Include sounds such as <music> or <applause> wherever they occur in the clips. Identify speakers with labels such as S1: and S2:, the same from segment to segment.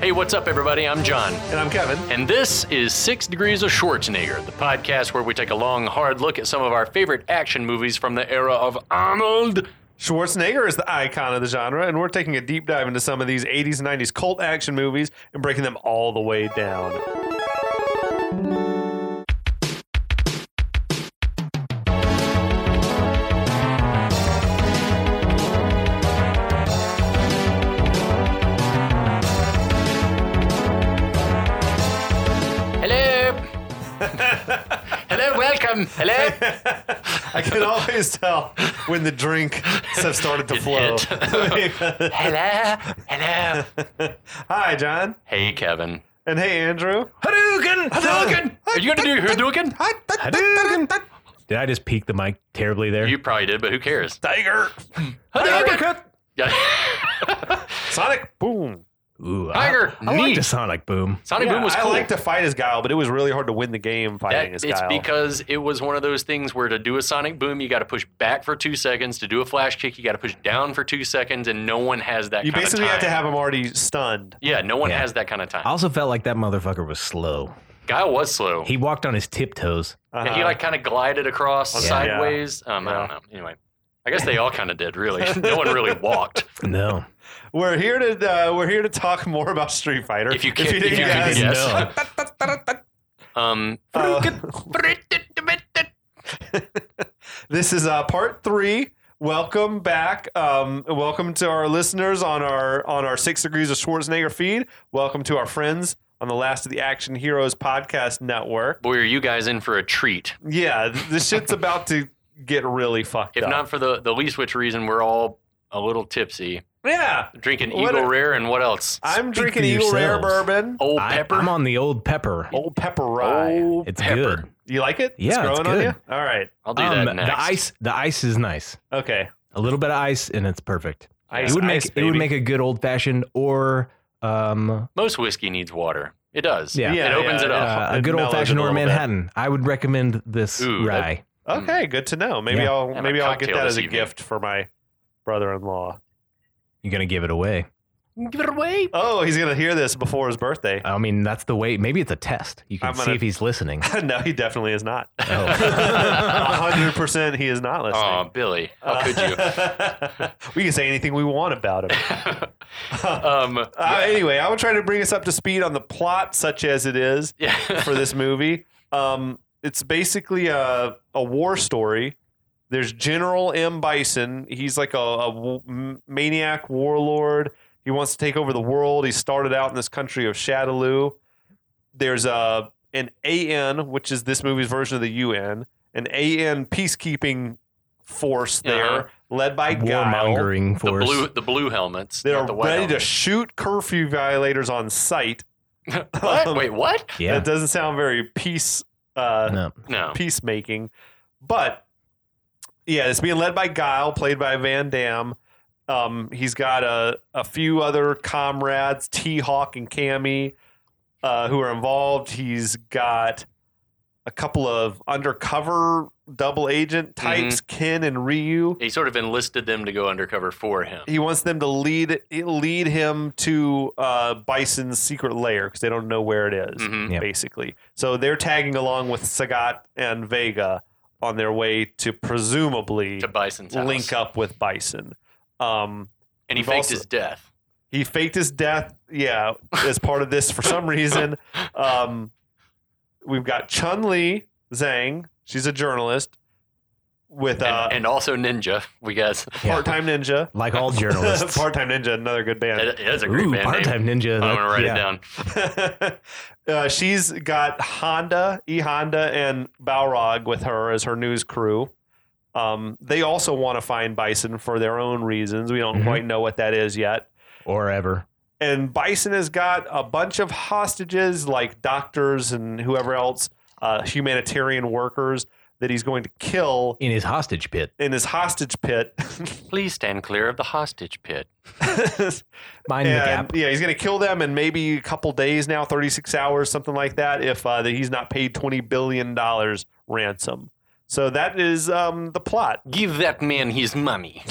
S1: Hey, what's up, everybody? I'm John.
S2: And I'm Kevin.
S1: And this is Six Degrees of Schwarzenegger, the podcast where we take a long, hard look at some of our favorite action movies from the era of Arnold.
S2: Schwarzenegger is the icon of the genre, and we're taking a deep dive into some of these 80s and 90s cult action movies and breaking them all the way down. <laughs>
S1: Hello. Hello, welcome. Hello.
S2: I can always tell when the drink stuff started to flow.
S1: <laughs> Hello. Hello.
S2: Hi, John.
S1: Hey, Kevin.
S2: And hey, Andrew.
S1: Hadouken! Hadouken! Are you going to do Hadouken?
S2: Hadouken.
S3: Did I just peak the mic terribly there?
S1: You probably did, but who cares?
S2: Tiger.
S1: Hadouken! <laughs> Yeah.
S2: Sonic. Boom.
S3: Ooh,
S1: Tiger,
S3: I, I like
S1: knee.
S3: the Sonic Boom.
S1: Sonic Boom was
S2: I
S1: cool.
S2: like to fight as Guile, but it was really hard to win the game fighting
S1: That-
S2: as
S1: it's
S2: Guile.
S1: because it was one of those things where to do a sonic boom, you got to push back for two seconds. To do a flash kick, you got to push down for two seconds, and no one has that.
S2: you
S1: kind
S2: basically
S1: of time.
S2: have to have him already stunned.
S1: Yeah, no one
S3: Yeah.
S1: has that kind of time.
S3: I also felt like that motherfucker was slow.
S1: Guile was slow. He,
S3: He walked on his tiptoes.
S1: yeah, he like kind of glided across
S2: uh, Yeah.
S1: sideways. Um, I
S2: Yeah.
S1: don't know. Anyway, I guess they all kind of did.
S2: <laughs>
S1: Really, no one really walked.
S3: No.
S2: We're here to uh, we're here to talk more about Street <laughs> Fighter.
S1: If you can, if you,
S2: didn't
S1: can
S2: guess.
S1: guess. <laughs> um,
S2: Uh, <laughs> this is uh, part three. Welcome back. Um, welcome to our listeners on our on our Six Degrees of Schwarzenegger feed. Welcome to our friends on the Last of the Action Heroes podcast network.
S1: boy, are you guys in for a treat?
S2: Yeah, th- this shit's about to get really fucked
S1: If
S2: up.
S1: not for the the least which reason, we're all a little tipsy,
S2: yeah,
S1: drinking
S2: What
S1: Eagle
S2: a-
S1: Rare and what else?
S2: I'm
S3: Speak
S2: drinking
S3: for
S2: Eagle Rare
S3: yourselves.
S2: bourbon,
S1: Old
S3: I,
S1: Pepper.
S3: I'm on the old pepper.
S2: Old Pepper Rye.
S1: Old
S3: it's
S1: Pepper.
S3: good.
S2: You like it?
S3: Yeah,
S2: it's
S3: it's
S2: growing on
S3: good.
S2: you. All right,
S1: I'll do
S3: Um,
S1: that next.
S3: The ice, the ice is nice.
S2: okay.
S3: A little bit of ice and it's perfect.
S2: Ice,
S3: it would make
S2: ice,
S3: it would
S2: baby.
S3: make a good old fashioned or um
S1: Most whiskey needs water. It does.
S3: Yeah.
S1: it
S2: Yeah,
S1: opens
S2: yeah,
S1: it up.
S3: uh,
S2: it
S3: a good
S2: mellows it
S3: old fashioned
S2: a
S3: or
S2: little bit.
S3: Manhattan. I would recommend this
S1: Ooh, that-
S3: rye.
S2: Okay, good to know. Maybe
S3: Yeah.
S2: I'll
S1: Have a
S2: maybe I'll get
S1: cocktail
S2: that
S1: this
S2: as a
S1: evening.
S2: gift for my brother-in-law.
S3: You're gonna give it away.
S1: Give it away.
S2: Oh, he's gonna hear this before his <laughs> birthday.
S3: I mean, that's the way. Maybe it's a test. You can
S2: I'm
S3: see
S2: gonna-
S3: if he's listening.
S2: no, he definitely is <laughs> not.
S3: Oh.
S2: hundred percent, he is not listening.
S1: Oh, Billy,
S2: Uh,
S1: how could
S2: <laughs>
S1: you?
S2: you? we can say anything we want about him.
S1: um,
S2: Uh, anyway, I would try to bring us up to speed on the plot, such as it is
S1: yeah.
S2: <laughs>
S1: <laughs>
S2: for this movie. Um, it's basically a, a war story. There's General M. Bison. He's like a, a w- m- maniac warlord. He wants to take over the world. He started out in this country of Shadaloo. There's a an AN, which is this movie's version of the UN, an AN peacekeeping force there,
S1: Uh-huh.
S2: led by Guile.
S3: Warmongering
S1: The
S3: force.
S1: blue, the blue helmets.
S2: They're
S1: not the white
S2: ready to
S1: helmets.
S2: shoot curfew violators on sight. <laughs>
S1: what? Wait, what?
S3: yeah.
S2: That doesn't sound very peace uh,
S3: No.
S1: No.
S2: peacemaking. But yeah, it's being led by Guile, played by Van Damme. Um, he's got a, a few other comrades, T Hawk and Cammy, uh, who are involved. He's got a couple of undercover double agent types, Ken and Ryu.
S1: He sort of enlisted them to go undercover for him.
S2: He wants them to lead lead him to uh, Bison's secret lair because they don't know where it is
S1: Mhm.
S3: Yep.
S2: basically. So they're tagging along with Sagat and Vega on their way to presumably
S1: To Bison's house.
S2: link up with Bison. Um,
S1: And he
S2: We've
S1: faked
S2: also-
S1: his death.
S2: he faked his death,
S1: <laughs>
S2: yeah, as part of this for some reason. Um, we've got Chun Li Zhang. She's a journalist with
S1: And,
S2: uh,
S1: and also Ninja, we guess.
S3: Yeah.
S2: part-time ninja.
S3: like all
S1: <laughs>
S3: journalists.
S2: <laughs> part-time ninja, another good band.
S1: That, that's a great
S3: Ooh,
S1: band name.
S3: part-time ninja.
S1: I'm
S3: that-
S1: gonna write
S3: yeah.
S1: it down.
S2: <laughs> uh, she's got Honda, E Honda, and Balrog with her as her news crew. Um, they also want to find Bison for their own reasons. We don't
S3: Mhm.
S2: quite know what that is yet.
S3: Or ever.
S2: And Bison has got a bunch of hostages, like doctors and whoever else, uh, humanitarian workers. that he's going to kill
S3: in his hostage pit.
S2: in his hostage pit. <laughs>
S1: Please stand clear of the hostage pit.
S3: Mind the
S2: and
S3: gap.
S2: yeah, he's going to kill them in maybe a couple days now, 36 hours, something like that, if uh, that he's not paid $20 billion ransom. So that is um, the plot.
S1: Give that man his money.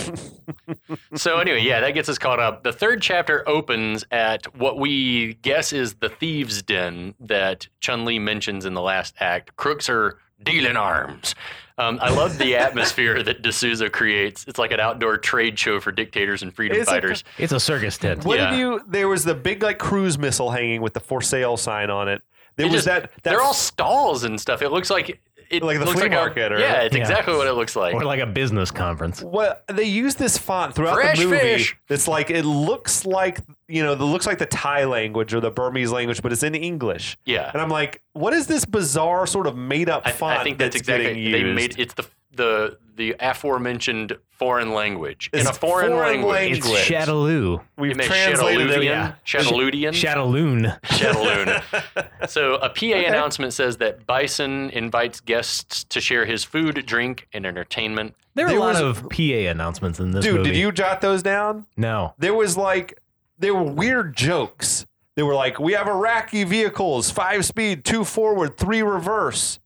S1: <laughs> so anyway, yeah, that gets us caught up. The third chapter opens at what we guess is the thieves' den that Chun Li mentions in the last act. Crooks are dealing arms. Um, I love
S2: <laughs>
S1: the atmosphere that D'Souza creates. It's like an outdoor trade show for dictators and freedom
S2: It's a-
S1: fighters.
S3: It's a circus tent.
S2: What
S1: Yeah.
S2: did you? There was the big like cruise missile hanging with the for sale sign on it. There
S1: It
S2: was
S1: just-
S2: that. that
S1: They're all stalls and stuff. It looks like it
S2: Like the
S1: looks
S2: flea
S1: a-
S2: market or-
S1: yeah, it's
S3: Yeah.
S1: exactly what it looks like.
S3: Or like a business conference.
S2: Well, they use this font throughout
S1: Fresh
S2: the movie.
S1: fish.
S2: It's like it looks like you know, it looks like the Thai language or the Burmese language, but it's in English.
S1: yeah,
S2: And I'm like, what is this bizarre sort of made up
S1: I, th- I
S2: font
S1: think that's, exactly
S2: getting used?
S1: they made it's the the the aforementioned foreign language in
S2: It's
S1: a foreign,
S2: foreign
S1: language.
S3: It's
S2: English.
S3: Chatelou.
S2: We've
S1: It makes
S2: translated it.
S1: Chateluvian, Chateludian,
S3: Chataloon.
S1: Chataloon.
S2: <laughs>
S1: so a PA announcement says that Bison invites guests to share his food, drink, and entertainment.
S3: There are
S2: There
S3: a lot
S2: was-
S3: of PA announcements in this
S2: Dude,
S3: movie.
S2: did you jot those down?
S3: No.
S2: there was like there were weird jokes. They were like, "We have Iraqi vehicles, five speed, two forward, three reverse,"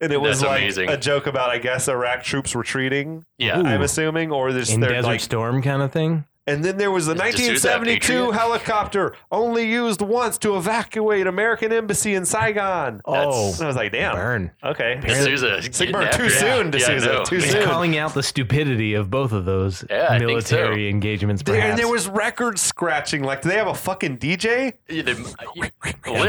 S2: and it was
S1: That's
S2: like
S1: amazing.
S2: a joke about, I guess, Iraq troops retreating.
S1: Yeah,
S3: Ooh.
S2: I'm assuming, or this
S3: In
S2: they're
S3: Desert
S2: like.
S3: Storm kind of thing?
S2: And then there was the
S1: Just do that,
S2: 1972
S1: Patriot.
S2: helicopter, only used once to evacuate American embassy in Saigon.
S3: Oh,
S2: And I was like, "Damn,
S3: burn.
S2: okay."
S1: D'Souza. getting
S2: Sigmar,
S1: after
S2: too
S1: it.
S2: soon,
S1: Yeah,
S2: D'Souza,
S1: no.
S2: too
S3: He's
S2: soon.
S3: calling out the stupidity of both of those
S1: Yeah, I think so.
S3: military engagements.
S2: There-
S3: Perhaps.
S2: and
S3: <laughs>
S2: there was record scratching. Like, do they have a fucking DJ?
S1: Yeah, they-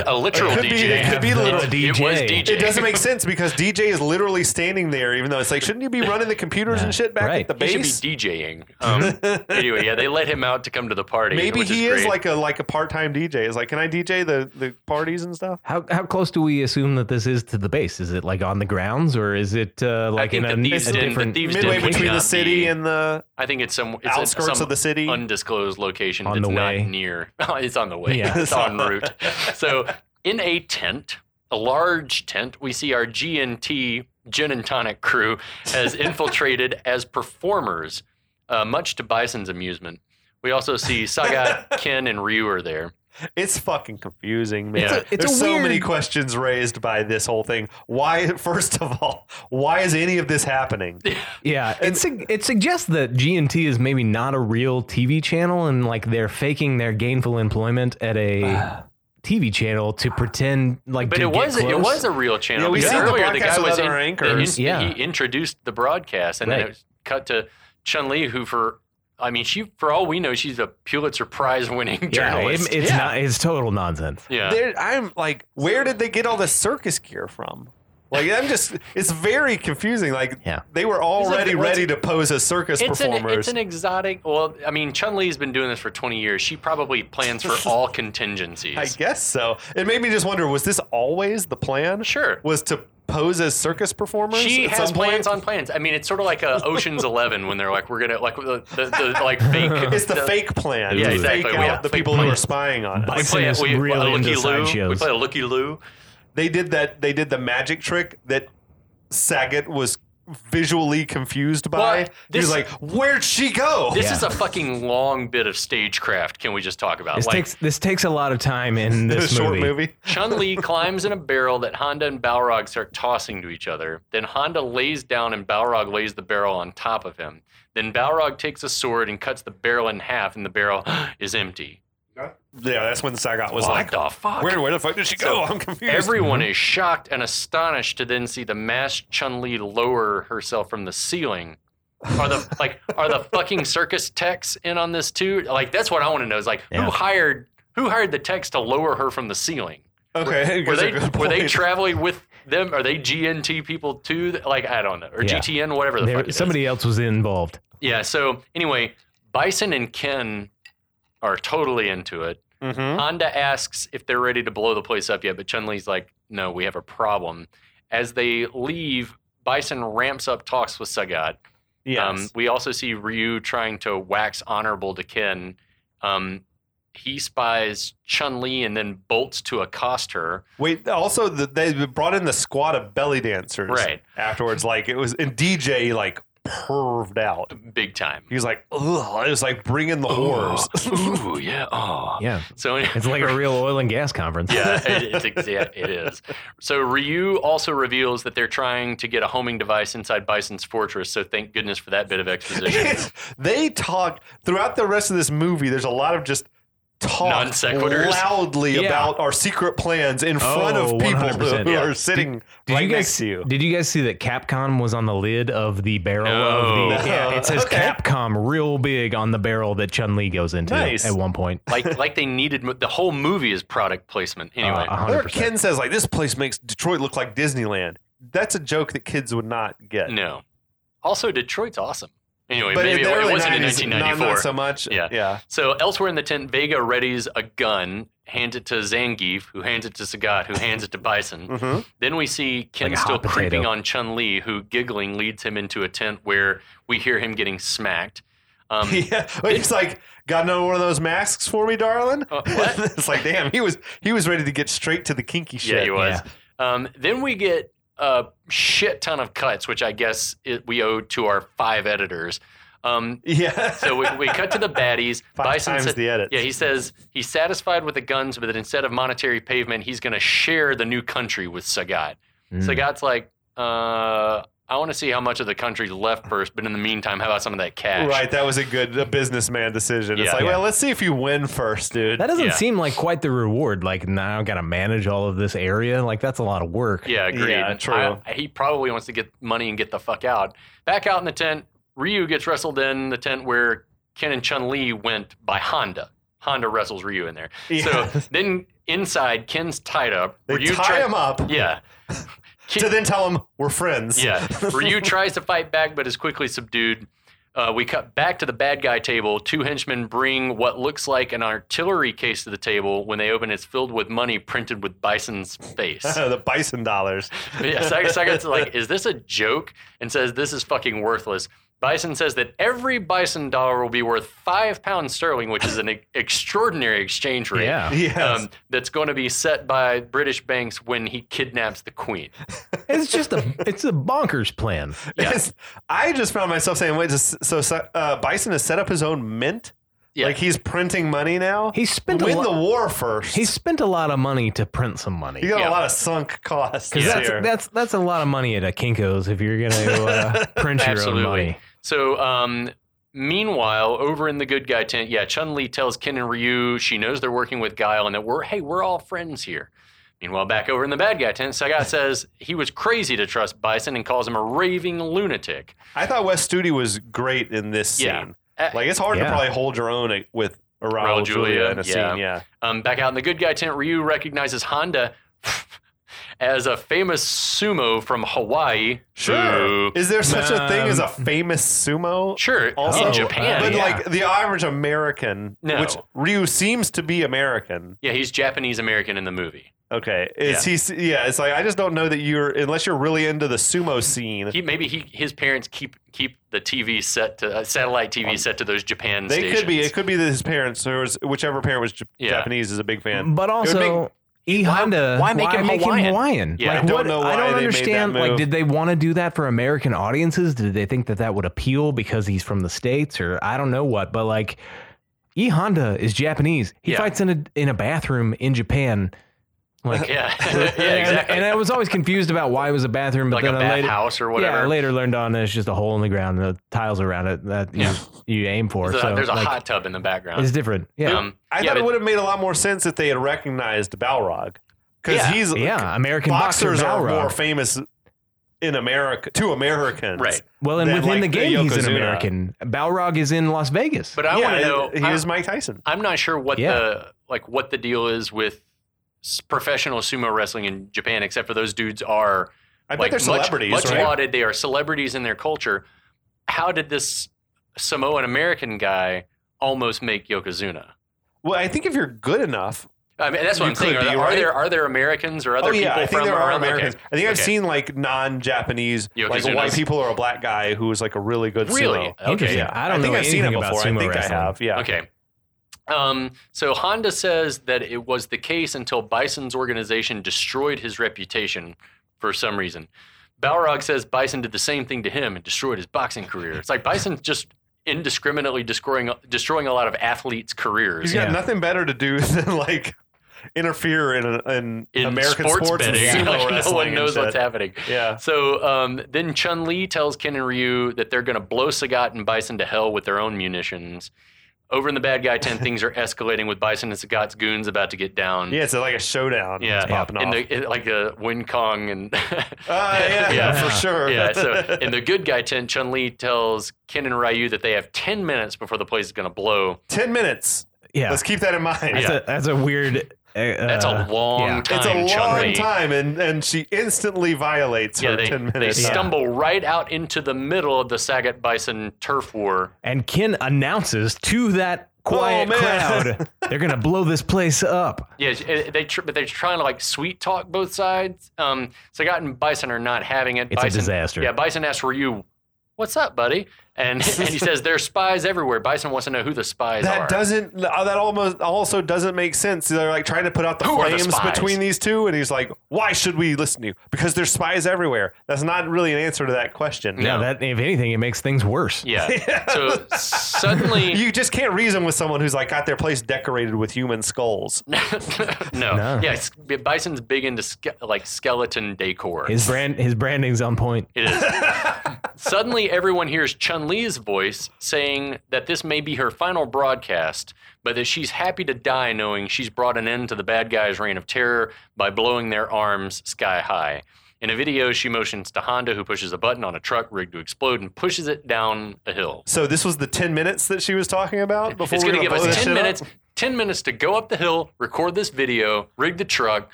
S1: A literal
S2: It could be-
S1: DJ.
S2: it could be a little
S1: It was
S3: DJ.
S1: DJ.
S2: It
S1: <laughs>
S2: doesn't make sense because DJ is literally standing there, even though it's like, shouldn't you be running the computers
S3: Nah,
S2: and shit back
S3: right.
S2: at the
S1: He should
S2: base?
S1: be DJing.
S2: <laughs>
S1: Um, anyway, yeah, they let him out to come to the party.
S2: Maybe
S1: which
S2: he
S1: is,
S2: is,
S1: great.
S2: like a like a part time DJ. Is like, can I DJ the, the parties and stuff?
S3: How how close do we assume that this is to the base? Is it like on the grounds, or is it uh, like in
S1: think
S3: a,
S1: the thieves
S3: a
S1: did- the
S3: different
S1: thieves did
S2: Midway
S1: would
S2: between
S1: not
S2: the city
S1: be
S2: and the
S1: I think it's some it's
S2: outskirts
S1: some
S2: of the city.
S1: undisclosed location
S3: On
S1: that's
S3: the way.
S1: not near. <laughs> Oh, it's on the way.
S3: Yeah.
S1: it's
S3: <laughs>
S1: en route. so in a tent, a large tent, we see our GNT Gin and Tonic crew has
S3: <laughs>
S1: infiltrated as performers, uh, much to Bison's amusement. We also see Saga,
S3: <laughs>
S1: Ken, and Ryu are there.
S2: it's fucking confusing, man.
S1: It's a-
S3: it's
S2: There's
S3: a
S2: so many
S3: weird-
S2: questions raised by this whole thing. Why, <laughs> first of all, why is any of this happening?
S3: Yeah, it, sug- it suggests that GNT is maybe not a real TV channel, and like they're faking their gainful employment at
S1: <sighs>
S3: a TV channel to pretend like.
S1: But
S3: to
S1: it
S3: get
S1: was it
S3: close.
S1: was a real channel.
S2: Yeah, we
S1: because
S2: see the
S1: earlier
S2: broadcast
S1: guy was
S2: without our anchors.
S1: in-
S3: Yeah.
S1: he introduced the broadcast, and then
S3: Right.
S1: it was cut to Chun Li, who for I mean, she for all we know, she's a Pulitzer Prize winning
S3: Yeah, it-
S1: journalist.
S3: it's
S2: Yeah.
S3: not. It's total nonsense.
S1: yeah,
S2: There, I'm like, where did they get all the circus gear from? Like, I'm just, it's very confusing. Like,
S3: Yeah.
S2: they were
S1: a-
S2: already
S1: well, it's-
S2: ready to pose as circus
S1: it's an
S2: performers.
S1: it's an exotic. Well, I mean, Chun Li's been doing this for twenty years. She probably plans for
S2: <laughs>
S1: all contingencies.
S2: I guess so. It made me just wonder: was this always the plan?
S1: Sure.
S2: Was to pose as circus performers?
S1: She
S2: at
S1: has
S2: some point?
S1: plans on plans. I mean, it's sort of like
S2: <laughs>
S1: uh, Ocean's Eleven when they're like, we're gonna like the, the, the like fake.
S2: It's the fake plan.
S1: Yeah,
S2: to
S1: exactly.
S2: Fake
S1: We have
S2: out the
S1: fake
S2: people who
S3: plan.
S2: are spying on
S3: By-
S1: We
S2: us.
S1: play,
S3: Bison
S1: we,
S3: is really
S1: a
S3: into
S1: looky loo. We
S3: sideshows.
S1: play a looky loo.
S2: They did that. They did the magic trick that Saget was visually confused by.
S1: Well,
S2: he was
S1: this-
S2: like, "Where'd she go?"
S1: This
S3: Yeah.
S1: is a fucking long bit of stagecraft. Can we just talk about?
S3: This
S1: like
S3: takes this takes a lot of
S1: <laughs>
S3: time
S2: <laughs>
S3: in
S2: In a
S3: this
S2: short
S3: movie.
S2: movie.
S1: Chun Li climbs in a barrel that Honda and Balrog start tossing to each other. Then Honda lays down and Balrog lays the barrel on top of him. Then Balrog takes a sword and cuts the barrel in half, and the barrel <gasps> is empty.
S2: Yeah, that's when Sagat was
S1: What
S2: like,
S1: the fuck?
S2: "Where, where the fuck did she go?" I'm confused.
S1: Everyone is shocked and astonished to then see the masked Chun Li lower herself from the ceiling. Are the <laughs> like are the fucking circus techs in on this too? Like that's what I want to know is like
S3: Yeah.
S1: who hired who hired the techs to lower her from the ceiling?
S2: <laughs> okay,
S1: Were
S2: here's a
S1: they
S2: good
S1: were they
S2: point.
S1: traveling with them? Are they GNT people too? That- Like I don't know, or
S3: Yeah.
S1: GTN, whatever the
S3: There-
S1: fuck. it is.
S3: somebody else was involved.
S1: Yeah. So anyway, Bison and Ken are totally into it.
S2: Mhm.
S1: Honda asks if they're ready to blow the place up yet, but Chun Li's like, "No, we have a problem." As they leave, Bison ramps up talks with Sagat.
S2: Yes.
S1: Um, we also see Ryu trying to wax honorable to Ken. Um, he spies Chun Li and then bolts to accost her.
S2: Wait, also the, they brought in the squad of belly dancers
S1: Right.
S2: afterwards. Like it was, and DJ like perved out.
S1: Big time.
S2: He was like, ugh, it was like bringing the horrors.
S1: <laughs> Ooh, yeah. Oh.
S3: Yeah.
S1: So anyway,
S3: It's like a real oil and gas
S1: <laughs>
S3: conference.
S1: yeah, it, it's exact. It is. So Ryu also reveals that they're trying to get a homing device inside Bison's fortress. So thank goodness for that bit of exposition.
S3: <laughs>
S2: <laughs> they talked throughout the rest of this movie. There's a lot of just
S1: Non
S2: talk
S1: sequiturs?
S2: loudly
S3: Yeah.
S2: about our secret plans in front of
S3: Oh,
S2: people who,
S3: 100%,
S2: who
S1: yeah.
S2: are sitting
S3: Did
S2: right
S3: you guys
S2: next to you.
S3: Did you guys see that Capcom was on the lid of the barrel
S1: No. <laughs>
S3: of the? Yeah, it says
S2: Okay.
S3: Capcom real big on the barrel that Chun Li goes into
S2: Nice.
S3: at one point.
S1: like, like they needed mo- the whole movie is product placement. Anyway,
S3: Uh,
S2: Or
S3: 100%.
S2: Ken says like this place makes Detroit look like Disneyland. That's a joke that kids would not get.
S1: no. Also, Detroit's awesome. Anyway,
S2: But
S1: maybe
S2: in the
S1: it,
S2: early
S1: wasn't
S2: 90s,
S1: in
S2: not-
S1: 1994.
S2: Not so much.
S1: Yeah.
S2: Yeah.
S1: So elsewhere in the tent, Vega readies a gun, hands it to Zangief, who hands it to Sagat, who hands it to Bison.
S2: hmm
S1: Then we see Ken
S3: Like a
S1: still
S3: hot potato.
S1: creeping on Chun Li, who giggling leads him into a tent where we hear him getting smacked.
S2: <laughs>
S1: Um,
S2: <laughs> yeah. It's like, got another one of those masks for me, darling? <laughs>
S1: Uh, what?
S2: it's like, damn, he was he was ready to get straight to the kinky shit.
S1: yeah, he was. Um, then we get a shit ton of cuts, which I guess it, we owe to our five editors. Um,
S2: <laughs> Yeah.
S1: so we, we cut to the baddies.
S2: <laughs> Five times
S1: sa-
S2: the edits.
S1: Yeah, he says he's satisfied with the guns, but that instead of monetary payment, he's going to share the new country with Sagat.
S3: Mm.
S1: Sagat's like, uh, I want to see how much of the country's left first, but in the meantime, how about some of that cash?
S2: Right, that was a good a businessman decision. It's
S1: Yeah.
S2: like,
S3: Yeah.
S2: well, let's see if you win first, dude.
S3: That doesn't
S1: Yeah.
S3: seem like quite the reward. Like now, I've got to manage all of this area. Like that's a lot of
S1: <laughs>
S3: work.
S1: Yeah, agreed.
S2: Yeah, true.
S1: I- he probably wants to get money and get the fuck out. Back out in the tent, Ryu gets wrestled in the tent where Ken and Chun Li went by Honda. Honda wrestles Ryu in there.
S2: Yeah.
S1: So then inside, Ken's tied up.
S2: <laughs> they
S1: Ryu
S2: tie
S1: try-
S2: him up
S1: Yeah,
S2: to then tell him we're friends.
S1: yeah. Ryu tries to fight back, but is quickly subdued. Uh, we cut back to the bad guy table. Two henchmen bring what looks like an artillery case to the table. When they open, it's filled with money printed with Bison's face.
S2: <laughs> <laughs> the bison dollars.
S1: But yeah, Saga Saga's like, is this a joke? And says, this is fucking worthless. Bison says that every bison dollar will be worth five pounds sterling, which is an e- extraordinary exchange rate.
S3: Yeah.
S1: <laughs>
S2: Yes.
S1: Um, that's going to be set by British banks when he kidnaps the queen.
S3: It's just a it's a bonkers plan.
S1: yeah.
S2: It's- I just found myself saying, wait, just, so uh, Bison has set up his own mint?
S1: Yeah.
S2: Like he's printing money now?
S3: He spent a
S2: Win
S3: lo-
S2: the war first.
S3: He spent a lot of money to print some money.
S2: you got
S1: Yeah.
S2: a lot of sunk costs
S3: Because that's,
S2: here.
S3: that's that's a lot of money at a Kinko's if you're gonna uh, print your
S1: Absolutely.
S3: own money.
S1: So, um, meanwhile, over in the good guy tent, yeah, Chun Li tells Ken and Ryu she knows they're working with Guile and that we're, hey, we're all friends here. Meanwhile, back over in the bad guy tent, Sagat says he was crazy to trust Bison and calls him a raving lunatic.
S2: I thought West Studi was great in this scene.
S1: Yeah. Uh,
S2: Like it's hard to
S3: Yeah.
S2: probably hold your own with a
S1: Raoul
S2: Raul Julia,
S1: Julia,
S2: in a
S1: yeah.
S2: scene. Yeah.
S1: Um, back out in the good guy tent, Ryu recognizes Honda <laughs> as a famous sumo from Hawaii. Boo.
S2: Is there such a thing as a
S3: Um,
S2: famous sumo?
S1: Sure.
S2: Also,
S1: in Japan.
S2: But
S1: yeah.
S2: like the average American,
S1: No.
S2: which Ryu seems to be American.
S1: yeah, he's Japanese American in the movie.
S2: Okay, is he? Yeah, it's like I just don't know that you're unless you're really into the sumo scene.
S1: He maybe he his parents keep keep the TV set to uh, satellite TV set to those Japan
S2: they
S1: stations.
S2: could be. It <laughs> could be that his parents, or his- whichever parent was J-
S1: Yeah.
S2: Japanese, is a big fan.
S3: But also, E Honda.
S1: why make him Hawaiian? Yeah,
S3: like,
S1: I don't
S3: what-
S2: know
S3: I
S2: why
S3: don't
S2: they made that
S3: understand. Like,
S2: move.
S3: did they want to do that for American audiences? Did they think that that would appeal because he's from the states, or I don't know what? But like, E Honda is Japanese. He
S1: Yeah.
S3: fights in a in a bathroom in Japan.
S1: <laughs>
S3: Like,
S1: yeah,
S3: <laughs> and-
S1: yeah, exactly.
S3: And I was always confused about why it was a bathroom,
S1: like
S3: but
S1: a
S3: then I later,
S1: bathhouse or whatever.
S3: Yeah, I later learned on it's just a hole in the ground and the tiles around it that you,
S1: Yeah.
S3: you aim for.
S1: there's a,
S3: so
S1: there's a
S3: like,
S1: hot tub in the
S3: It's
S1: background.
S3: different. Yeah.
S1: Um,
S2: I
S1: yeah,
S2: thought it
S1: but-
S2: would have made a lot more sense if they had recognized Balrog, because
S1: Yeah.
S2: he's
S3: yeah, American
S2: boxers
S3: boxer
S2: are
S3: Balrog.
S2: more famous in America to Americans,
S1: Right.
S3: well, and
S2: than,
S3: within
S2: like,
S3: the game, he's an
S2: Yokozuna.
S3: American. Balrog is in Las Vegas.
S1: But I
S2: Yeah,
S1: want to know.
S2: He
S1: I-
S2: is Mike Tyson.
S1: I'm not sure what
S3: Yeah.
S1: the like what the deal is with s- professional sumo wrestling in Japan, except for those dudes are
S2: I bet
S1: like
S2: they're
S1: much,
S2: celebrities,
S1: much
S2: right?
S1: lauded. They are celebrities in their culture. How did this Samoan American guy almost make Yokozuna?
S2: Well, I think if you're good enough,
S1: I mean, that's what
S2: You
S1: I'm saying.
S2: could
S1: Are,
S2: be,
S1: there- are
S2: right?
S1: there are there Americans or other
S2: oh yeah,
S1: people
S2: I think
S1: from
S2: there are
S1: around- okay.
S2: Americans. I think I've
S1: Okay.
S2: seen like non-Japanese, like
S1: Yokozunas.
S2: white people or a black guy who was like a really good
S1: Really?
S2: sumo.
S1: Okay.
S3: Interesting. I don't
S2: think
S3: know
S2: I've seen it
S3: anything about
S2: before. I
S3: sumo
S2: think
S3: wrestling.
S2: I have. Yeah.
S1: Okay. Um, so Honda says that it was the case until Bison's organization destroyed his reputation for some reason. Balrog says Bison did the same thing to him and destroyed his boxing career. It's like Bison's just indiscriminately destroying destroying a lot of athletes' careers.
S2: He's got
S3: Yeah.
S2: nothing better to do <laughs> than like interfere in, in,
S1: In
S2: American sports,
S1: sports,
S2: and
S1: betting,
S2: sumo
S1: <laughs> Like, no
S2: wrestling
S1: one
S2: and
S1: knows what's
S2: shit.
S1: happening.
S2: Yeah.
S1: So um, then Chun Li tells Ken and Ryu that they're going to blow Sagat and Bison to hell with their own munitions. Over in the bad guy tent, things are <laughs> escalating with Bison and Sagat's goons about to get down.
S2: Yeah, it's like a showdown.
S1: Yeah.
S2: It's popping
S1: In
S2: off.
S1: the, in, like a Wing Kong and <laughs>
S2: Ah, yeah,
S1: Yeah.
S2: for sure.
S1: yeah.
S2: <laughs>
S1: So in the good guy tent, Chun Li tells Ken and Ryu that they have ten minutes before the place is going to blow.
S2: 10 minutes.
S3: Yeah.
S2: Let's keep that in mind.
S3: That's,
S1: Yeah.
S3: a, that's a weird. Uh,
S1: That's a long
S3: yeah.
S1: time.
S2: It's a long
S1: Chun-Li.
S2: time, and, and she instantly violates
S1: Yeah,
S2: her
S1: they,
S2: 10
S1: they
S2: minutes.
S1: stumble right out into the middle of the Sagat Bison turf war.
S3: And Ken announces to that
S2: Oh,
S3: quiet
S2: man. <laughs>
S3: crowd, they're gonna blow this place up.
S1: Yeah, it- they tr- but they're trying to like sweet talk both sides. Um, Sagat and Bison are not having it.
S3: It's a
S1: Bison,
S3: disaster.
S1: Yeah, Bison asks Ryu, "What's up, buddy?" And <laughs> and he says, "There's spies everywhere." Bison wants to know who the spies
S2: that
S1: are.
S2: doesn't uh, that almost also doesn't make sense they're like trying to put out the
S1: Who are the
S2: flames
S1: spies?
S2: between these two and he's like why should we listen to you because there's spies everywhere that's not really an answer to that question
S1: No.
S3: Now that if anything, it makes things
S2: <laughs>
S3: worse.
S1: yeah. So suddenly,
S2: you just can't reason with someone who's like got their place decorated with human skulls
S1: <laughs> no.
S3: No.
S1: yeah, s- Bison's big into ske- like skeleton decor.
S3: His brand, his branding's on point.
S1: It is. Suddenly, everyone hears Chun Li's voice saying that this may be her final broadcast, but that she's happy to die knowing she's brought an end to the bad guys' reign of terror by blowing their arms sky high. In a video, she motions to Honda, who pushes a button on a truck rigged to explode and pushes it down a hill.
S2: so this was the 10 minutes that she was talking about before
S1: it's
S2: we're
S1: going to give
S2: blow
S1: us
S2: this
S1: 10
S2: shit up?
S1: minutes. 10 minutes to go up the hill, record this video, rig the truck.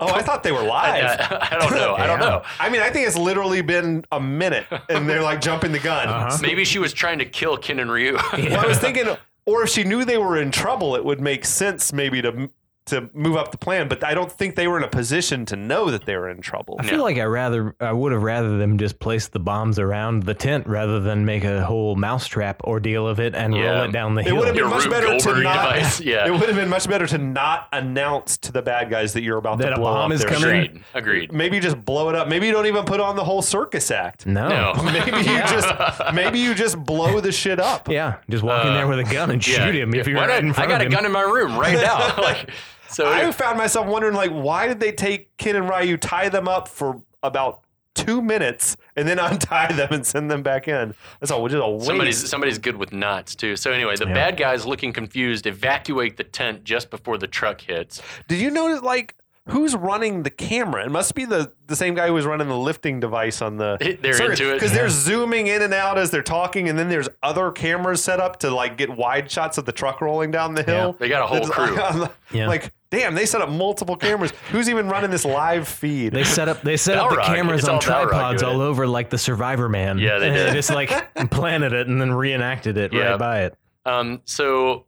S2: oh i thought they were
S1: <laughs> I,
S2: live
S1: I don't know. I
S2: <laughs>
S1: don't
S3: Yeah.
S1: know.
S2: I mean, I think it's literally been a minute, and they're like jumping the gun.
S3: Uh-huh.
S1: Maybe she was trying to kill Ken and
S2: <laughs>
S1: Ryu.
S2: Well, I was thinking, or if she knew they were in trouble, it would make sense maybe to to move up the plan. But I don't think they were in a position to know that they were in trouble.
S3: I feel like I rather I would have rather them just place the bombs around the tent rather than make a whole mousetrap ordeal of it and
S1: Yeah.
S3: roll it down the
S2: It
S3: hill.
S2: would have been
S1: The
S2: much
S1: Rube
S2: better to
S1: Goldberg
S2: not.
S1: device, <laughs> yeah.
S2: It would have been much better to not announce to the bad guys that you're about
S3: That
S2: to
S3: a
S2: blow
S3: bomb
S2: up
S3: is
S2: their
S3: coming?
S2: shit.
S1: Agreed. Agreed.
S2: Maybe just blow it up. Maybe you don't even put on the whole
S1: <laughs>
S2: circus act.
S3: no.
S1: No.
S2: <laughs> Maybe you just maybe you just blow the shit up.
S3: Yeah, just walk in there with a gun and shoot him if
S1: Uh, Yeah.
S3: you're
S1: Why
S3: right
S1: not?
S3: in front
S1: I got
S3: of him.
S1: a gun in my room right
S3: <laughs>
S1: now. like, so
S2: I
S1: anyway,
S2: found myself wondering, like, why did they take Ken and Ryu, tie them up for about two minutes, and then <laughs> untie them and send them back in? That's all. Which is a waste.
S1: somebody's somebody's good with knots too. So anyway, the bad guys looking confused evacuate the tent just before the truck hits.
S2: Did you notice, like, who's running the camera? It must be the the same guy who was running the lifting device on the.
S1: They're into it.
S2: because they're zooming in and out as they're talking, and then there's other cameras set up to like get wide shots of the truck rolling down the hill.
S1: They got a whole
S2: It's-
S1: crew.
S2: <laughs> I'm like-
S3: Yeah.
S2: Like, damn, they set up multiple cameras. Who's even running this live feed?
S3: They set up they set up the
S1: Balrog.
S3: cameras
S1: It's
S3: on
S1: all Balrog
S3: tripods
S1: doing
S3: all
S1: it.
S3: over like the Survivor Man.
S1: Yeah, they
S3: <laughs> And
S1: did. <laughs>
S3: just like planted it and then reenacted it
S1: Yeah.
S3: right by it.
S1: Um, so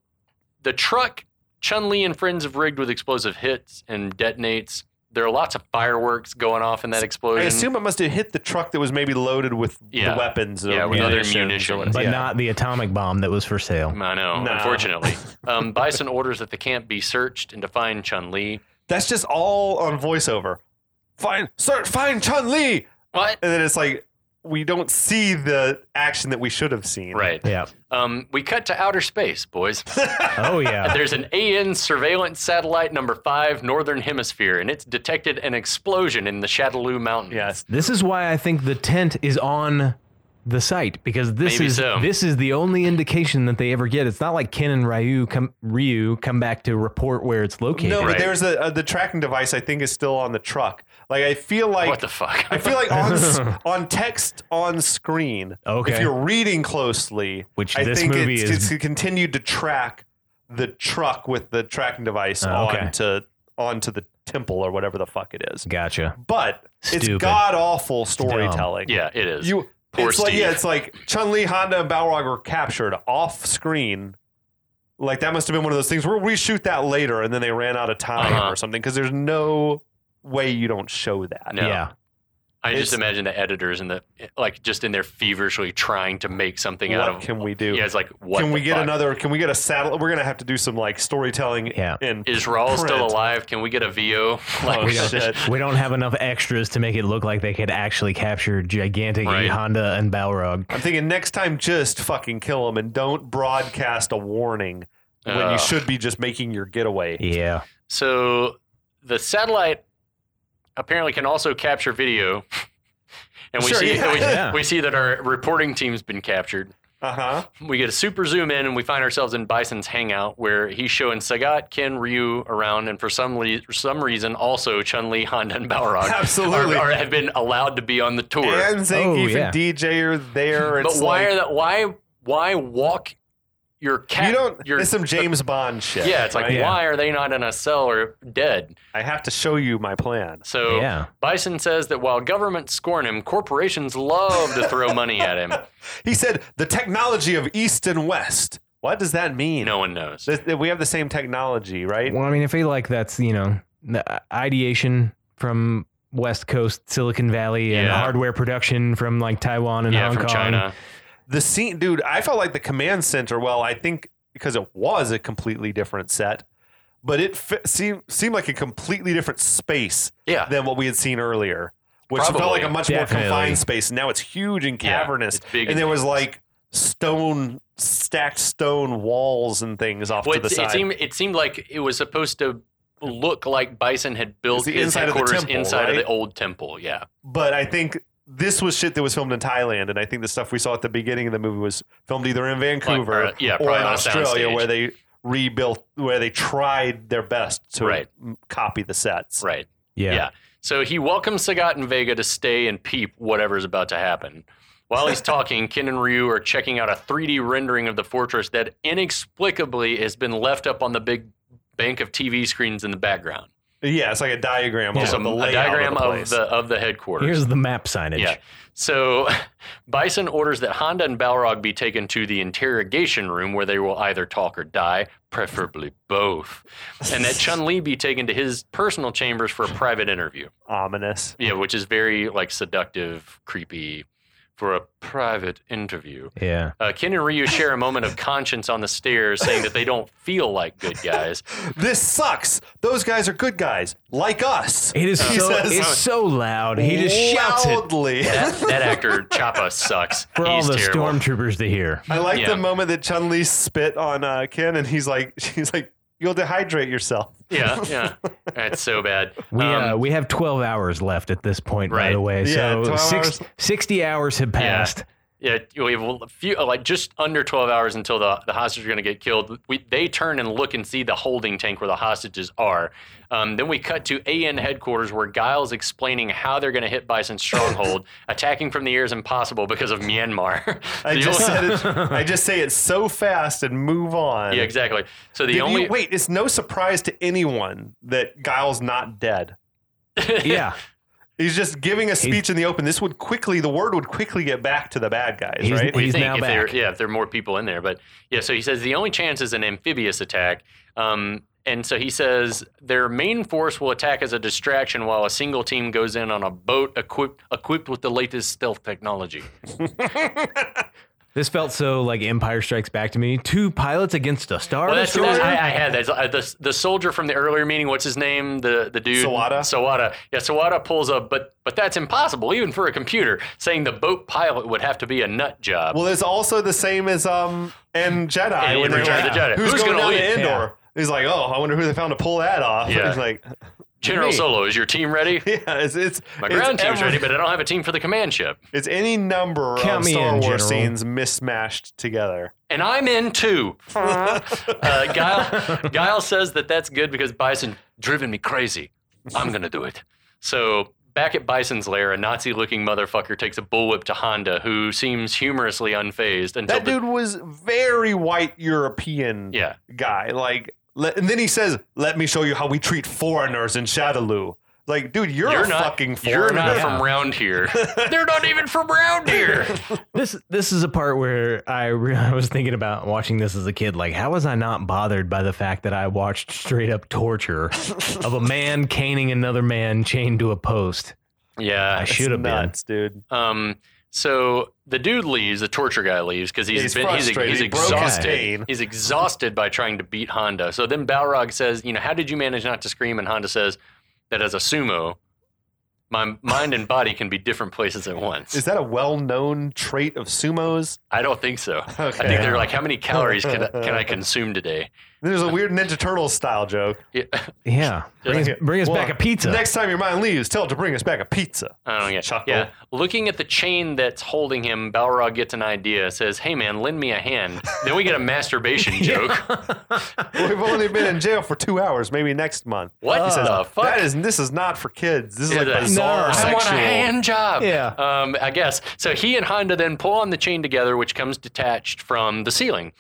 S1: the truck Chun Li and friends have rigged with explosive hits and detonates. There are lots of fireworks going off in that explosion.
S2: I assume it must have hit the truck that was maybe loaded with
S1: Yeah.
S2: the weapons.
S1: Yeah,
S2: or
S1: with other
S2: munitions or
S1: munitions.
S2: whatever.
S3: But
S2: Yeah.
S3: not the atomic bomb that was for sale.
S1: I know,
S2: No.
S3: <laughs>
S1: unfortunately. Um, Bison orders that the camp be searched and to find Chun Li.
S2: That's just all on voiceover. Fine, sir, find Chun Li,
S1: What?
S3: Uh,
S2: and then it's like we don't see the action that we should have seen.
S1: Right.
S3: Yeah.
S1: Um, we cut to outer space,
S3: <laughs>
S1: boys. <laughs>
S3: Oh yeah.
S1: There's an AN surveillance satellite number five, Northern Hemisphere, and it's detected an explosion in the Chatelou Mountains.
S2: Yes.
S3: This is why I think the tent is on the site because this
S1: Maybe
S3: is
S1: so.
S3: this is the only indication that they ever get. It's not like Ken and Ryu come Ryu come back to report where it's located.
S2: No,
S1: Right.
S2: but there's a, a the tracking device. I think is still on the truck. Like I feel like
S1: What the fuck?
S2: I feel like on
S3: <laughs>
S2: s- on text on screen. If
S3: Okay.
S2: you're reading closely,
S3: Which
S2: I
S3: this
S2: think
S3: movie
S2: it's,
S3: is-
S2: it's continued to track the truck with the tracking device
S3: Oh, okay.
S2: onto onto the temple or whatever the fuck it is.
S3: Gotcha.
S2: But it's
S3: Stupid.
S2: god awful
S1: <laughs>
S2: storytelling.
S1: yeah, it is.
S2: You
S1: Poor
S2: it's like yeah,
S1: Steve.
S2: it's like Chun Li, Honda, and Balrog were captured off screen. Like that must have been one of those things where we shoot that later and then they ran out of time
S1: Uh-huh.
S2: or something because there's no way you don't show that.
S1: No.
S3: Yeah.
S1: I
S2: It's-
S1: just imagine the editors and the like, just in there feverishly trying to make something out
S2: What
S1: of.
S2: can we do?
S1: yeah, it's like what
S2: can we
S1: the
S2: get
S1: fuck?
S2: another? Can we get a saddle? We're gonna have to do some like storytelling.
S3: Yeah.
S2: And
S1: Is Raul still
S2: print.
S1: alive? Can we get a <laughs> VO?
S2: Oh,
S1: Like,
S2: shit.
S3: We don't have enough extras to make it look like they could actually capture gigantic
S1: Right.
S3: Honda and Balrog.
S2: I'm thinking next time, just fucking kill him and don't broadcast a warning when
S1: uh,
S2: you should be just making your getaway.
S3: Yeah.
S1: So the satellite apparently can also capture video. <laughs> And we,
S2: Sure,
S1: see,
S2: yeah.
S1: we,
S3: Yeah.
S1: we see that our reporting team's been captured.
S2: Uh huh.
S1: We get a super zoom in and we find ourselves in Bison's hangout where he's showing Sagat, Ken, Ryu around, and for some, le- for some reason also Chun Li, Honda, and Balrog
S2: <laughs> Absolutely.
S1: Are, are, have been allowed to be on the tour.
S2: And Zangief
S3: yeah.
S2: and DJ are there.
S1: Oh, but
S2: It's
S1: why
S2: like-
S1: are that? Why why walk your cat?
S2: you don't?
S1: Your,
S2: It's some James Bond shit.
S1: yeah, it's like
S2: right?
S3: Oh, Yeah.
S1: why are they not in a cell or dead?
S2: I have to show you my plan.
S1: So
S3: Yeah.
S1: Bison says that while governments scorn him, corporations love to throw money at
S3: <laughs>
S1: him.
S2: He said the technology of East and West. What does that mean?
S1: No one knows.
S2: Th- th- we have the same technology, right?
S3: Well, I mean, I feel like that's, you know, the uh, ideation from West Coast Silicon Valley and
S1: Yeah.
S3: hardware production from like Taiwan and
S1: yeah,
S3: Hong
S1: from
S3: Kong.
S1: China.
S2: The scene, dude. I felt like the command center. Well, I think because it was a completely different set, but it fit, seemed seemed like a completely different space
S1: Yeah.
S2: than what we had seen earlier, which felt
S1: Probably.
S2: like a much more
S3: Definitely.
S2: confined space. Now it's huge and
S1: Yeah,
S2: cavernous,
S1: it's big
S2: and
S1: and
S2: there was like stone stacked stone walls and things off
S1: Well,
S2: to the
S1: it,
S2: side.
S1: it seemed it seemed like it was supposed to look like Bison had built
S2: It's the
S1: his
S2: inside of the
S1: headquarters
S2: temple,
S1: inside of
S2: right?
S1: the old temple. Yeah.
S2: but I think this was shit that was filmed in Thailand, and I think the stuff we saw at the beginning of the movie was filmed either in Vancouver
S1: Like, uh, yeah,
S2: or
S1: probably
S2: in
S1: on a
S2: Australia,
S1: soundstage.
S2: where they rebuilt, where they tried their best to
S1: Right.
S2: m- copy the sets.
S1: Right.
S3: Yeah.
S1: Yeah. So he welcomes Sagat and Vega to stay and peep whatever's about to happen. While
S2: <laughs>
S1: he's talking, Ken and Ryu are checking out a 3D rendering of the fortress that inexplicably has been left up on the big bank of TV screens in the background.
S2: Yeah, it's like a diagram
S1: Just a,
S2: of the
S1: a
S2: layout
S1: diagram
S2: of the, place.
S1: of the of the headquarters.
S3: Here's the map signage.
S1: yeah. So <laughs> Bison orders that Honda and Balrog be taken to the interrogation room where they will either talk or die, preferably both. And that Chun Li be taken to his personal chambers for a private interview.
S2: ominous.
S1: Yeah, which is very like seductive, creepy for a private interview.
S3: Yeah.
S1: Uh, Ken and Ryu share a moment of conscience on the stairs, saying that they don't feel like good guys.
S2: This sucks. Those guys are good guys, like us.
S3: It
S1: Uh,
S3: is
S1: <laughs>
S2: He
S3: so
S2: says-
S3: it's so loud. He just shouts it
S2: loudly. <laughs>
S1: That, that actor Choppa sucks.
S3: for all
S1: He's
S3: the
S1: terrible.
S3: stormtroopers to hear.
S2: I like
S1: Yeah.
S2: the moment that Chun Li spit on uh, Ken, and he's like, <laughs> she's like, you'll dehydrate yourself.
S3: <laughs>
S1: Yeah, yeah, that's so bad.
S3: We uh,
S1: Um,
S3: we have 12 hours left at this point, by
S1: Right.
S3: the way.
S2: Yeah,
S3: So
S2: 12
S3: six,
S2: hours.
S3: 60 hours
S1: <laughs>
S3: have passed.
S1: yeah, we have a few, like just under twelve hours until the the hostages are going to get killed. We they turn and look and see the holding tank where the hostages are. Um, then we cut to AN headquarters where Giles explaining how they're going to hit Bison's stronghold, <laughs> attacking from the air is impossible because of Myanmar. <laughs>
S2: I
S1: The
S2: just
S1: only-
S2: said it. I just say it so fast and move on.
S1: yeah, exactly. So the
S2: Did you-
S1: only
S2: wait, it's no surprise to anyone that Giles not dead.
S3: Yeah.
S2: He's just giving a speech in the open. This would quickly, the word would quickly get back to the bad guys,
S3: He's-
S2: right?
S1: we
S3: he's
S1: think
S3: now
S1: if there,
S3: back.
S1: yeah, if there are more people in there. But yeah, so he says the only chance is an amphibious attack. Um, and so he says their main force will attack as a distraction while a single team goes in on a boat equipped equipped with the latest stealth technology.
S3: This felt so like Empire Strikes Back to me. Two pilots against a star
S1: Well, that's,
S3: destroyer.
S1: that's I, I had that. Uh, The, the soldier from the earlier meeting, what's his name? The the dude
S2: Sawada?
S1: Sawada. Yeah, Sawada pulls up, but but that's impossible even for a computer. Saying the boat pilot would have to be a nut job.
S2: well, it's also the same as um and Jedi.
S1: In
S2: when they're
S1: Return
S2: like,
S1: of the Jedi.
S2: Who's,
S1: Who's
S2: going
S1: gonna
S2: down
S1: lead?
S2: to Endor? He's like, oh, I wonder who they found to pull that off. <laughs>
S1: Yeah.
S2: He's like,
S1: General
S2: me.
S1: Solo, is your team
S2: <laughs>
S1: ready?
S2: yeah, it's it's
S1: My
S2: it's
S1: ground team's
S2: every-
S1: ready, but I don't have a team for the command ship.
S2: It's any number
S3: Count
S2: of
S3: me
S2: Star
S3: in,
S2: Wars
S3: General.
S2: scenes mismashed together.
S1: and I'm in too. uh, Guile, Guile says that that's good because Bison driven me crazy. I'm gonna do it. So back at Bison's lair, a Nazi-looking motherfucker takes a bullwhip to Honda, who seems humorously unfazed until
S2: That
S1: the-
S2: dude was very white European
S1: yeah,
S2: guy. Like, let, and then he says, "Let me show you how we treat foreigners in Shadaloo." Like, dude, you're, a
S1: not
S2: fucking foreigner.
S1: you're not
S3: Yeah.
S1: from round here.
S2: <laughs>
S1: They're not even from round here.
S3: This this is a part where I <laughs> re- I was thinking about watching this as a kid. Like, how was I not bothered by the fact that
S2: <laughs>
S3: I watched straight up torture of a man caning another man chained to a post?
S1: Yeah.
S3: I should have been.
S2: nuts, dude.
S1: Um, so the dude leaves, the torture guy leaves because
S2: He's
S1: he's been he's,
S2: frustrated.
S1: he's
S2: He broke his cane.
S1: exhausted. He's exhausted by trying to beat Honda. So then Balrog says, "You know, how did you manage not to scream?" And Honda says, "That as a sumo, my mind and body can be different places at once."
S2: Is that a well-known trait of sumos?
S1: I don't think so. I
S2: Okay.
S1: think they're like, "How many calories can I, can I consume today?"
S2: There's a weird Ninja Turtles style joke.
S1: Yeah, <laughs>
S3: Yeah. Bring us, bring us
S2: Well,
S3: back a pizza.
S2: Next time your mind leaves, tell it to bring us back a pizza.
S1: I don't get.
S2: Chuckle.
S1: Yeah, looking at the chain that's holding him, Balrog gets an idea. Says, "Hey man, lend me a hand." then we get a
S2: <laughs>
S1: masturbation joke.
S2: We've only been in jail for two hours, maybe next month.
S1: What
S2: He says,
S1: the fuck?
S2: That is this is not for kids. This is like
S1: Yeah,
S2: bizarre
S3: no.
S1: I
S2: sexual.
S1: want a hand job.
S3: Yeah.
S1: Um, I guess. So he and Honda then pull on the chain together, which comes detached from the ceiling.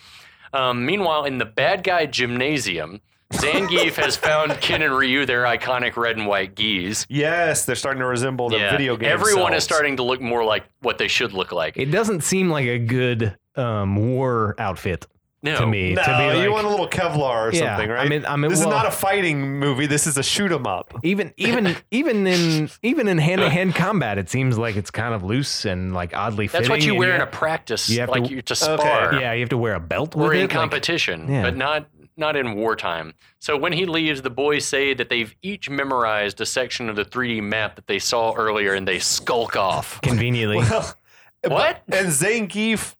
S1: Um, meanwhile, in the bad guy gymnasium, Zangief has found
S3: <laughs>
S1: Ken and Ryu their iconic red and white geese.
S2: Yes, they're starting to resemble the video game.
S1: Everyone is
S2: selves.
S1: starting to look more like what they should look like.
S3: It doesn't seem like a good um, war outfit
S1: no.
S3: to me.
S2: No,
S3: to be like,
S2: you want a little Kevlar or
S3: Yeah,
S2: something, right?
S3: I mean- I mean,
S2: this
S3: well-
S2: is not a <laughs> fighting movie. This is a shoot 'em up.
S3: <laughs> even even even in even in hand to hand combat, it seems like it's kind of loose and like oddly
S1: That's
S3: fitting.
S1: what you
S3: and
S1: wear
S3: you
S1: in a practice,
S3: you have
S1: like
S3: to-
S1: you're to
S2: Okay.
S1: spar.
S3: yeah, you have to wear a belt with
S1: or
S3: it.
S1: in
S3: like-
S1: competition,
S3: yeah.
S1: but not not in wartime. So when he leaves, the boys say that they've each memorized a section of the 3D map that they saw earlier, and they skulk off.
S2: <laughs>
S3: conveniently.
S2: Well,
S1: What?
S2: And Zangief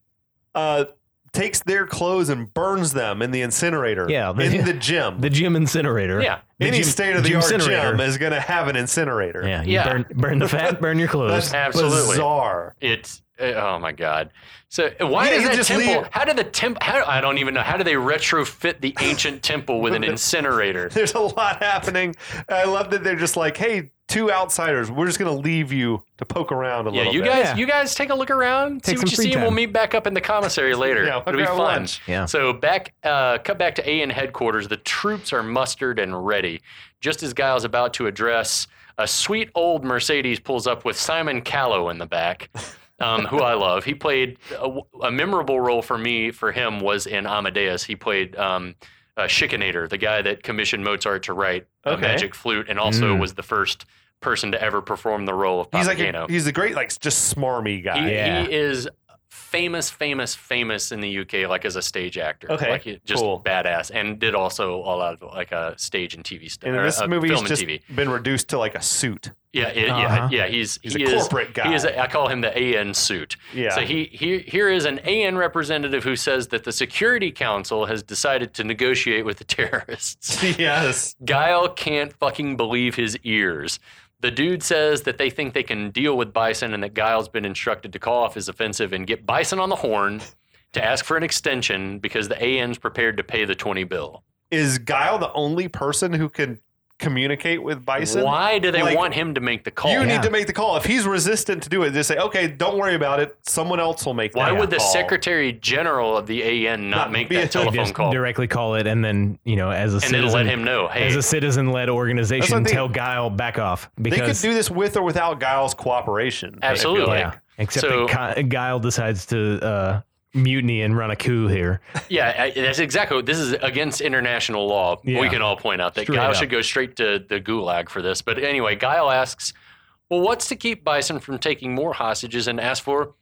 S2: uh, takes their clothes and burns them in the incinerator.
S3: Yeah, the- <laughs>
S2: in the gym.
S3: the gym incinerator.
S1: Yeah.
S3: The
S2: Any
S3: gym-
S2: state of the art
S3: incinerator.
S2: gym is going to have an incinerator.
S3: Yeah, you
S1: Yeah.
S3: Burn, burn the fat, burn your clothes.
S2: That's
S1: Absolutely.
S2: bizarre. <laughs>
S1: It's uh, oh my god. So uh, why
S2: Yeah,
S1: does
S2: you
S1: that
S2: just
S1: temple?
S2: leave-
S1: How did the temple? How, I don't even know. How do they retrofit the ancient temple with an incinerator?
S2: There's a lot happening. I love that they're just like, hey, two outsiders, we're just going to leave you to poke around a
S1: Yeah,
S2: little
S1: you
S2: bit.
S1: guys,
S3: Yeah.
S1: you guys take a look around,
S3: Take
S1: see what
S3: some
S1: you
S3: free
S1: see, and we'll
S3: time.
S1: meet back up in the commissary
S3: <laughs>
S1: later.
S2: Yeah,
S1: It'll be
S2: grab
S1: fun.
S2: lunch.
S3: Yeah.
S1: So back, uh, cut back to AN headquarters. The troops are mustered and ready. Just as Giles about to address, a sweet old Mercedes pulls up with Simon Callow in the back. <laughs> Um, who I love. He played a, a memorable role for me. For him was in Amadeus. He played um, uh, Schickenator, the guy that commissioned Mozart to write a
S2: Okay.
S1: magic flute, and also
S3: Mm.
S1: was the first person to ever perform the role of
S2: He's like,
S1: Papageno.
S2: a, he's a great, like, just smarmy guy.
S1: He,
S3: Yeah.
S1: he is famous, famous, famous in the UK, like as a stage actor.
S2: Okay,
S1: like he- just
S2: cool.
S1: badass, and did also a lot of like uh, stage and TV stuff.
S2: And
S1: or,
S2: this
S1: uh,
S2: movie's
S1: film
S2: just
S1: and TV.
S2: been reduced to like a suit.
S1: Yeah, it,
S3: Uh-huh.
S1: yeah, yeah. He's
S2: He's
S1: he
S2: a
S1: is
S2: corporate guy.
S1: he is. I call him the AN suit.
S2: yeah.
S1: So he, he here is an AN representative who says that the Security Council has decided to negotiate with the <laughs> terrorists.
S2: yes.
S1: Guile can't fucking believe his ears. The dude says that they think they can deal with Bison and that Guile's been instructed to call off his offensive and get Bison on the horn to ask for an extension because the AN's prepared to pay the 20 bill.
S2: Is Guile the only person who can communicate with Bison?
S1: Why do they
S2: like,
S1: want him to make the call?
S2: You
S3: Yeah.
S2: need to make the call. If he's resistant to do it, just say, okay, don't worry about it. Someone else will make that
S1: Why would the
S2: call.
S1: Secretary General of the AN not,
S2: Not
S1: make
S2: be-
S1: that telephone
S3: Just
S1: call and
S3: directly call it, and then you know, as a
S1: then let
S3: citizen,
S1: him know,
S3: as
S1: hey,
S3: a citizen-led
S2: That's what
S3: organization,
S2: I'm
S3: tell Guile back off
S2: They could
S3: because
S2: do this with or without Giles' cooperation. I feel
S1: Absolutely.
S2: like.
S3: yeah. Except
S1: So-
S3: that Ki- Guile decides to uh, mutiny and run a coup here.
S1: Yeah, I, that's exactly. This is against international law.
S3: Yeah.
S1: We can all point out that
S3: Straight
S1: Guile
S3: up.
S1: should go straight to the gulag for this. But anyway, Guile asks, "Well, what's to keep Bison from taking more hostages?" And asks for,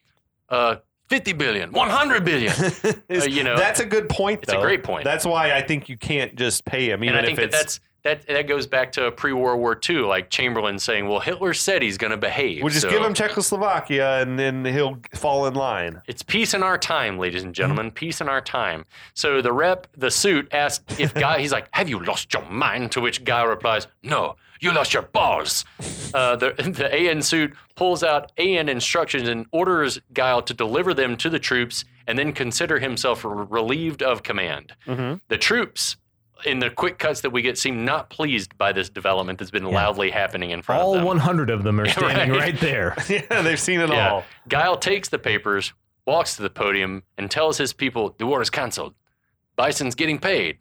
S1: uh, fifty billion, one hundred
S2: <laughs>
S1: billion.
S2: Is-
S1: <laughs> Uh, you know,
S2: that's a good point.
S1: it's a
S2: though.
S1: great point.
S2: That's why I think you can't just pay him, even
S1: and I think
S2: if
S1: that
S2: it's
S1: that's that. That goes back to pre-World War II, like Chamberlain saying, "Well, Hitler said he's going to behave."
S2: we'll just
S1: so
S2: give him Czechoslovakia and then he'll fall in line. <laughs>
S1: It's peace in our time, ladies and gentlemen. Peace in our time. So the rep, the suit, asked if Guy, he's like, Have you lost your mind? To which Guy replies, No, you lost your balls. Uh, the, <laughs> the AN suit pulls out AN instructions and orders Guile to deliver them to the troops and then consider himself r- relieved of command.
S2: Mhm.
S1: The troops, in the quick cuts that we get, seem not pleased by this development that's been loudly happening in front of
S3: All
S1: them.
S3: 100 of them are standing
S1: <laughs> right.
S3: right. there.
S2: yeah, they've seen it
S1: Yeah.
S2: all.
S1: Guile takes the papers, walks to the podium, and tells his people the war is canceled. Bison's getting paid,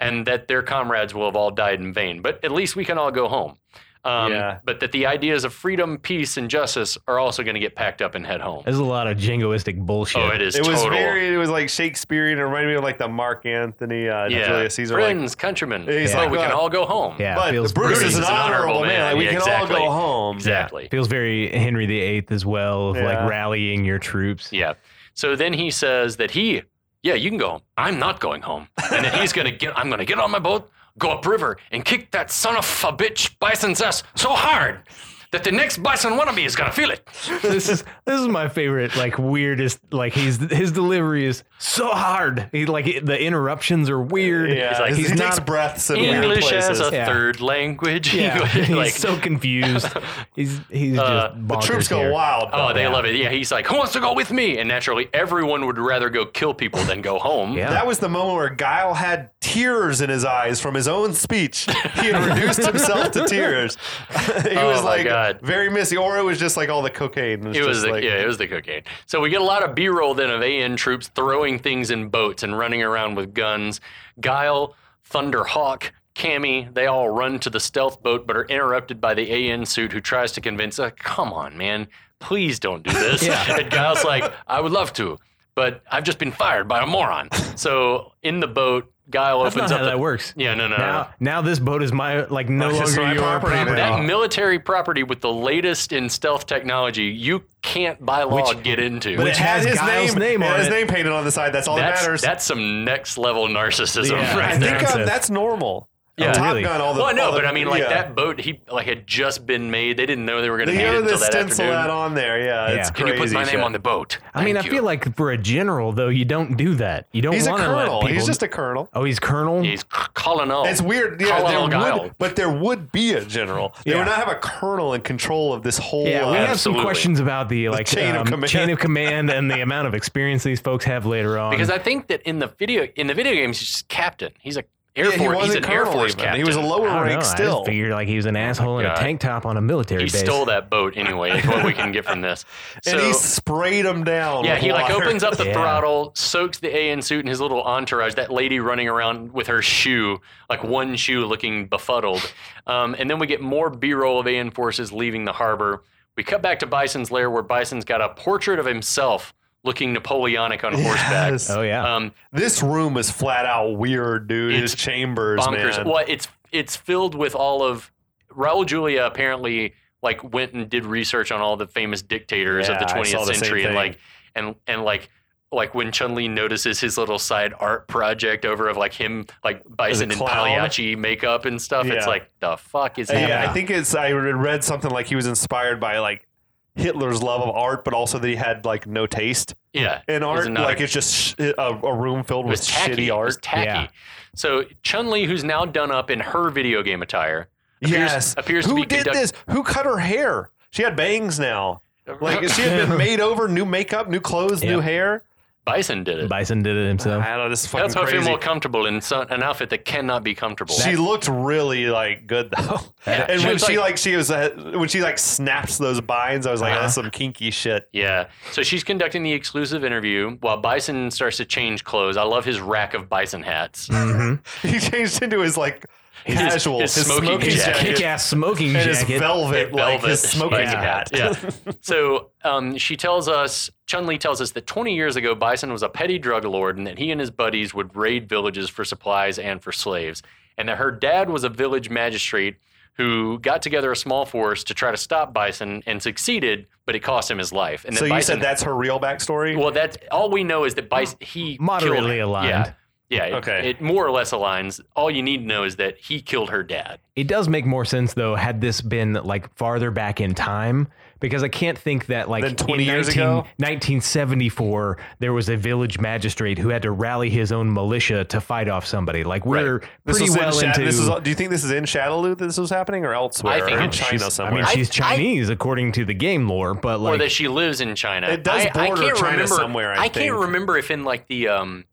S1: and that their comrades will have all died in vain. But at least we can all go home. Um,
S2: Yeah.
S1: But that the ideas of freedom, peace, and justice are also going to get packed up and head home.
S3: There's a lot of jingoistic bullshit.
S1: Oh, it is
S2: It was
S1: total.
S2: very, it was like Shakespearean. It reminded me of like the Mark Anthony, uh,
S1: yeah.
S2: Julius Caesar. like,
S1: Friends, countrymen.
S2: He's
S1: well,
S2: like,
S1: we can
S2: uh,
S1: all go home.
S3: Yeah, it
S2: but
S3: feels
S2: Brutus
S3: pretty-
S2: is an honorable man. Like, we
S1: Yeah,
S2: can
S1: exactly.
S2: all go home.
S1: Exactly.
S3: Feels very Henry VIII as well, of
S2: Yeah.
S3: like rallying your troops.
S1: Yeah. So then he says that he, yeah, you can go home. I'm not going home. And then he's gonna get. I'm gonna get on my boat, go upriver, and kick that son of a bitch bison's ass so hard that the next bison wannabe is gonna feel it.
S3: this is this is my favorite, like weirdest. Like he's his delivery is so hard. He like the interruptions are weird.
S2: Yeah,
S1: He's like,
S3: he's
S2: he
S3: not-
S2: <laughs> takes breaths in weird
S1: English as
S2: places.
S1: a
S3: Yeah.
S1: third language. <laughs>
S3: Yeah, he's
S1: like,
S3: so
S2: <laughs>
S3: confused. He's he's
S1: Uh,
S3: just
S2: the
S3: bonkers
S2: troops go
S3: here.
S2: wild.
S1: oh,
S2: though.
S1: they love it. Yeah, he's like, who wants to go with me? And naturally, everyone would rather go kill people than go home.
S3: Yeah.
S2: That was the moment where Guile had tears in his eyes from his own speech. He had reduced himself to tears. <laughs> he
S1: Oh
S2: was
S1: my
S2: like
S1: God.
S2: very missy, or it was just like all the cocaine.
S1: It was
S2: just
S1: the,
S2: like,
S1: yeah, it was the cocaine. So we get a lot of B-roll then of AN troops throwing things in boats and running around with guns. Guile, Thunderhawk, Cammy, they all run to the stealth boat but are interrupted by the AN suit who tries to convince, uh, come on, man, please don't do this.
S3: <laughs> Yeah.
S1: And Guile's like, I would love to, but I've just been fired by a moron. So in the boat, Guile
S3: That's
S1: opens
S3: not
S1: up
S3: how
S1: the,
S3: that works.
S1: Yeah, no, no, no, no.
S3: Now, now this boat is my like
S2: <laughs>
S3: no
S2: It's
S3: longer
S2: my
S3: your
S2: property
S3: property.
S2: now.
S1: That military property with the latest in stealth technology, you can't by law
S3: Which-
S1: get into.
S2: But
S3: Which
S2: it had
S3: has
S2: his
S3: Guile's
S2: name,
S3: name
S2: it had
S3: on
S2: his
S3: it.
S2: name painted on the side. That's all
S1: that's,
S2: that matters.
S1: That's some next level narcissism
S3: Yeah.
S1: right
S2: I
S1: there.
S2: think um,
S3: That's it.
S2: that's normal.
S1: Yeah.
S2: Top
S3: Really?
S2: Gun, all the
S1: well, no,
S2: all the-
S1: but I mean, like
S2: yeah.
S1: that boat, he like had just been made. They didn't know they were going to
S2: They
S1: need it
S2: had
S1: until
S2: this
S1: that
S2: stencil
S1: afternoon.
S2: that on there. Yeah,
S3: Yeah.
S2: it's
S1: Can
S2: crazy.
S1: you put my name
S2: shit.
S1: on the boat?
S3: I mean, I
S1: Thank you.
S3: feel like for a general though, you don't do that. You don't
S2: He's a
S3: want to let
S2: colonel.
S3: people.
S2: He's just a colonel.
S3: oh, he's colonel.
S1: he's c- calling all.
S2: It's weird, yeah.
S1: Oh. Colonel
S2: There
S1: Guile.
S2: would, but there would be a general. They
S3: Yeah.
S2: would not have a colonel in control of this whole.
S3: yeah, we
S2: uh,
S3: have some
S1: absolutely.
S3: questions about the like
S2: chain of
S3: um,
S2: command.
S3: chain of command and the amount of experience these folks have later on.
S1: because I think that in the video in the video games, he's just captain. He's a Air
S2: Yeah, he
S1: Force. he's
S2: wasn't
S1: an Air
S2: colonel
S1: Force
S2: even.
S1: captain.
S2: He was a lower
S3: I don't know,
S2: rank
S3: I just
S2: still.
S3: figured like he was an
S2: Oh
S3: asshole in a
S1: God.
S3: tank top on a military
S1: He
S3: base.
S1: stole that boat anyway. Is what we can get from this. So,
S2: <laughs> and he sprayed him down.
S1: Yeah,
S2: with
S1: he like
S2: water.
S1: opens
S2: <laughs>
S1: up the
S3: Yeah.
S1: throttle, soaks the AN suit and his little entourage, that lady running around with her shoe, like one shoe looking befuddled. Um, and then we get more B roll of AN forces leaving the harbor. We cut back to Bison's lair where Bison's got a portrait of himself looking Napoleonic on horseback.
S2: Yes.
S3: Oh yeah,
S1: Um,
S2: This room is flat out weird, dude. His
S1: It's
S2: chambers,
S1: bonkers.
S2: man.
S1: Well, it's it's filled with all of Raul Julia apparently like went and did research on all the famous dictators of the
S2: Yeah, I saw
S1: 20th
S2: the same
S1: century and
S2: thing.
S1: like and and like like when Chun Li notices his little side art project over of like him like bison and
S2: clown.
S1: Pagliacci makeup and stuff, it's
S2: Yeah.
S1: like the fuck is
S2: Yeah,
S1: happening?
S2: I think it's. I read something like he was inspired by like Hitler's love of art, but also that he had like no taste
S1: yeah,
S2: in
S1: was
S2: art.
S1: not a-
S2: like it's just sh- a, a room filled
S1: It
S2: with
S1: was tacky.
S2: shitty
S1: It was
S2: art.
S1: tacky.
S3: Yeah.
S1: So Chun Li, who's now done up in her video game attire, appears,
S2: yes,
S1: appears to
S2: who
S1: be
S2: did
S1: conduct- <laughs>
S2: this? Who cut her hair? She had bangs now. Like she had
S3: <laughs>
S2: been made over, new makeup, new clothes, new
S3: Yeah.
S2: hair.
S1: Bison
S2: uh,
S1: did it.
S3: Bison did it himself.
S2: I don't know. This is fucking
S1: That's how I feel
S2: crazy.
S1: more comfortable in some, an outfit that cannot be comfortable.
S2: She looked really like good though.
S3: <laughs>
S1: Yeah,
S2: and
S1: she
S2: when
S1: was,
S2: she
S1: like-
S2: like, she was uh, when she like snaps those binds, I was like,
S3: Uh-huh.
S2: that's some kinky shit. <laughs>
S1: Yeah. So she's conducting the exclusive interview while Bison starts to change clothes. I love his rack of Bison hats.
S3: Mhm.
S2: He changed into his like casual,
S1: his smoking jacket.
S3: Kick-ass smoking
S2: and his
S3: jacket.
S2: velvet, like his smoking
S1: spiky
S2: hat. <laughs>
S1: Yeah. so um, she tells us, Chun Li tells us that 20 years ago, Bison was a petty drug lord and that he and his buddies would raid villages for supplies and for slaves. And that her dad was a village magistrate who got together a small force to try to stop Bison and succeeded, but it cost him his life. And
S2: So
S1: that
S2: you
S1: Bison,
S2: said that's her real backstory?
S1: Well, that's all we know is that Bison he
S3: Moderately
S1: killed,
S3: aligned.
S1: Yeah, yeah. It,
S2: Okay.
S1: It more or less aligns. All you need to know is that he killed her dad.
S3: It does make more sense though had this been like farther back in time because I can't think that like
S2: Than 20
S3: in
S2: years
S3: 19
S2: ago?
S3: 1974 there was a village magistrate who had to rally his own militia to fight off somebody. Like we're
S2: this
S3: pretty
S2: was in
S3: well
S2: Sha-
S3: into
S2: this is, do you think this is in Shadowloo that this was happening or elsewhere?
S1: I think
S2: or in
S1: it's-
S2: China
S3: she's-
S2: somewhere.
S3: I mean, she's
S1: I-
S3: Chinese according to the game lore, but
S1: or
S3: like
S1: that she lives in China.
S2: It does
S1: I, I
S2: border
S1: can't
S2: China
S1: remember,
S2: somewhere, I
S1: can't
S2: think.
S1: remember if in like the um,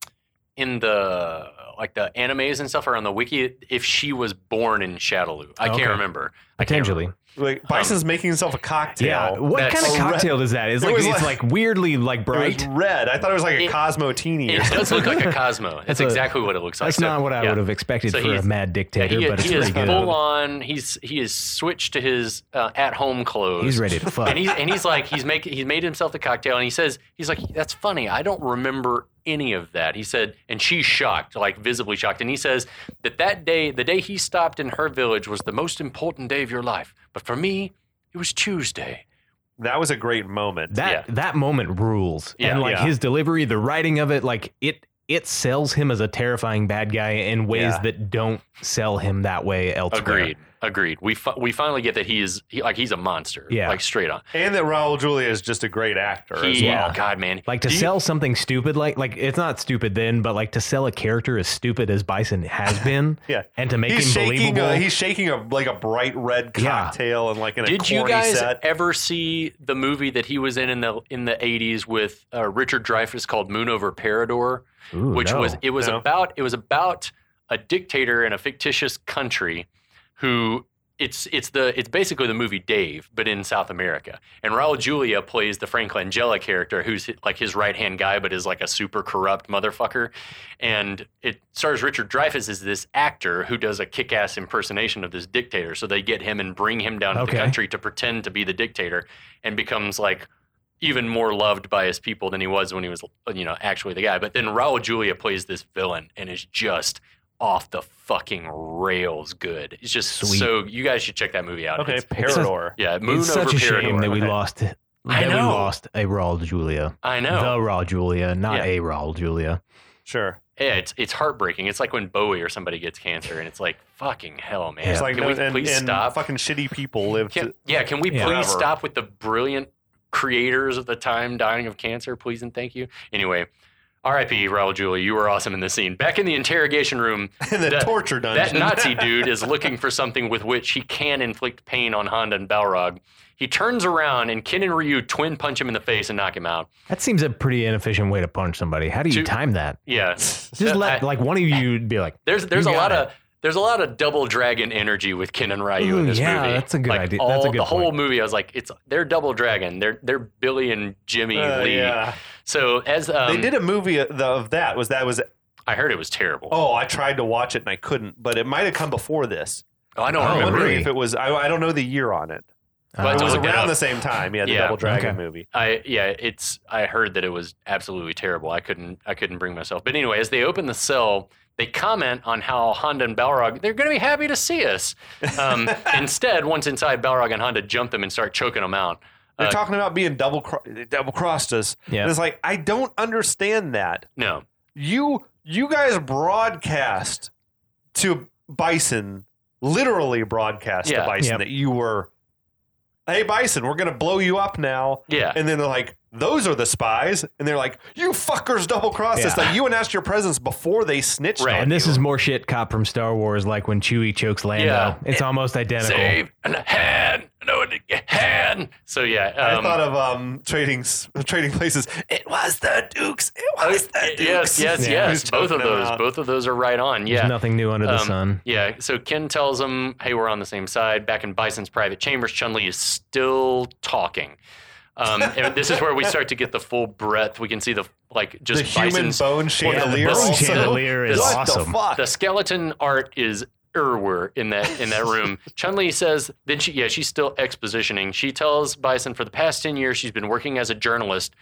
S1: in the like the animes and stuff or on the wiki if she was born in Shadowloo. I
S3: Okay.
S1: can't remember. I can't
S3: potentially.
S1: remember.
S2: Like Bison's making himself a cocktail.
S3: Yeah. What
S1: That's
S3: kind of
S2: a red-
S3: cocktail does that? Is
S2: It
S3: like
S2: was
S3: it's
S2: like-
S3: like, weirdly like
S2: It was
S3: bright.
S2: red. I thought it was like a
S1: It-
S2: Cosmotini
S1: It
S2: or something.
S1: does look like a
S3: <laughs>
S1: Cosmo. That's
S3: a-
S1: exactly what it looks like.
S3: That's
S1: So,
S3: not what I
S1: yeah.
S3: would have expected
S1: So
S3: for a
S1: he's-
S3: mad
S1: Yeah,
S3: dictator,
S1: he,
S3: but it's
S1: he is
S3: pretty good.
S1: full on. He's he is switched to his uh, at home clothes.
S3: He's
S1: <laughs>
S3: ready to fuck.
S1: and he's and he's like he's making he's made himself the cocktail and he says he's like that's funny I don't remember any of that he said and she's shocked like visibly shocked and he says that that day the day he stopped in her village was the most important day of your life but for me it was Tuesday
S2: that was a great moment.
S3: that that moment rules.
S1: Yeah.
S3: and like
S2: Yeah.
S3: his delivery, the writing of it, like it it sells him as a terrifying bad guy in ways
S2: Yeah.
S3: that don't sell him that way elsewhere.
S1: agreed agreed we fi- we finally get that he is he, like he's a monster
S3: Yeah.
S1: like straight on
S2: and that Raul Julia is just a great actor as
S1: he,
S2: well.
S3: well.
S1: oh god man
S3: Like to
S1: Do you-
S3: sell something stupid, like like it's not stupid then, but like to sell a character as stupid as Bison
S1: <laughs>
S3: has been,
S2: Yeah.
S3: and to make
S2: he's
S3: him
S2: shaking.
S1: uh,
S3: believable.
S2: A, he's shaking a like a bright red
S3: Yeah.
S2: cocktail and like in a
S1: Did
S2: corny
S1: you guys
S2: set.
S1: ever see the movie that he was in in the in the eighties with uh, Richard Dreyfuss called Moon Over Parador,
S3: Ooh,
S1: which
S3: no.
S1: was it was
S2: No.
S1: about it was about a dictator in a fictitious country who it's it's the it's basically the movie Dave but in South America and Raul Julia plays the Frank Langella character who's hi- like his right hand guy but is like a super corrupt motherfucker and it stars Richard Dreyfuss as this actor who does a kick ass impersonation of this dictator so they get him and bring him down to
S3: Okay.
S1: the country to pretend to be the dictator and becomes like even more loved by his people than he was when he was, you know, actually the guy. But then Raul Julia plays this villain and is just off the fucking rails good. It's just
S3: Sweet.
S1: so you guys should check that movie out.
S2: Okay,
S1: It's-
S2: Parador.
S1: yeah, Moon
S3: it's
S1: over
S3: such a shame
S1: Parador.
S3: that we
S2: Okay.
S3: lost. That
S1: I
S3: we
S1: know.
S3: lost a Raul Julia,
S1: I know.
S3: the Raul Julia, not
S1: Yeah.
S3: a Raul Julia.
S2: Sure.
S1: yeah, it's it's heartbreaking. It's like when Bowie or somebody gets cancer and it's like fucking hell, man.
S2: It's like
S1: can
S2: no,
S1: we
S2: and,
S1: please
S2: and
S1: stop?
S2: fucking shitty people live.
S1: Can,
S2: To,
S1: yeah, can we
S3: Yeah.
S1: please
S2: Whatever.
S1: stop with the brilliant creators of the time dying of cancer, please and thank you? Anyway, R.I.P. Raul Julia, you were awesome in this scene. Back in the interrogation room,
S2: in the
S1: that-
S2: torture
S1: that
S2: dungeon.
S1: Nazi
S3: <laughs>
S1: dude is looking for something with which he can inflict pain on Honda and Balrog. He turns around and Ken and Ryu twin punch him in the face and knock him out.
S3: That seems a pretty inefficient way to punch somebody. How do you
S1: Two-
S3: time that?
S1: Yeah.
S3: Just
S1: Uh,
S3: let
S1: I-
S3: like one of you be like,
S1: There's there's
S3: You
S1: a lot
S3: got
S1: of there's a lot of double dragon energy with Ken and Ryu in
S3: Ooh,
S1: this
S3: yeah,
S1: movie.
S3: that's a good
S1: Like,
S3: idea.
S1: All,
S3: That's a good
S1: the whole
S3: point.
S1: movie, I was like, it's they're double dragon. They're they're Billy and Jimmy
S2: <laughs> Uh,
S1: Lee.
S2: yeah.
S1: So as um,
S2: they did a movie of, the, of that. Was that was
S1: I heard it was terrible.
S2: oh I tried to watch it and I couldn't, but it might have come before this.
S1: Oh, I don't
S3: Oh,
S2: I'm
S1: remember.
S2: wondering
S3: really?
S2: if it was. I, I don't know the year on it.
S1: Well,
S2: It
S1: it's
S3: Uh,
S2: was
S1: look it
S2: around
S1: up.
S2: the same time. Yeah, the
S1: Yeah.
S2: Double Dragon
S3: Okay.
S2: movie.
S1: I yeah, it's I heard that it was absolutely terrible. I couldn't I couldn't bring myself. But anyway, as they open the cell, they comment on how Honda and Balrog they're going to be happy to see us.
S2: <laughs>
S1: Um, instead, once inside, Balrog and Honda jump them and start choking them out.
S2: They're
S1: Uh,
S2: talking about being double cro- double crossed us.
S3: Yeah.
S2: And it's like I don't understand that.
S1: No,
S2: You you guys broadcast to Bison, literally broadcast
S1: Yeah.
S2: to Bison
S3: Yep.
S2: that you were, hey Bison, we're gonna blow you up now.
S1: yeah,
S2: And then they're like, those are the spies. And they're like, you fuckers double crossed us.
S3: Yeah.
S2: Like you announced your presence before they snitched
S1: Right.
S2: on
S3: and this
S2: you.
S3: is more shit cop from Star Wars, like when Chewie chokes Lando.
S1: Yeah.
S3: It's almost identical.
S1: save and hand, no and hand. So yeah,
S2: I
S1: um,
S2: thought of um, trading s- trading places. It was the Dukes. It was the Dukes.
S1: Oh, yes, yes, yes.
S3: Yeah.
S2: Who's
S1: Both of
S2: choking them
S1: those,
S2: out.
S1: both of those are right on.
S3: There's
S1: Yeah,
S3: nothing new under the
S1: Um,
S3: sun.
S1: Yeah, so Ken tells him, hey, we're on the same side. Back in Bison's private chambers, Chun Li is still talking. Um, and this is where we start to get the full breadth. We can see the, like, just
S2: the human
S1: Bison's.
S2: bone chandelier.
S1: bone
S2: also.
S3: chandelier is
S2: what
S3: awesome.
S2: the
S1: <laughs>
S2: fuck?
S1: the skeleton art is erwer in that in that room. Chun Li says, then she yeah, she's still expositioning. She tells Bison for the past ten years she's been working as a journalist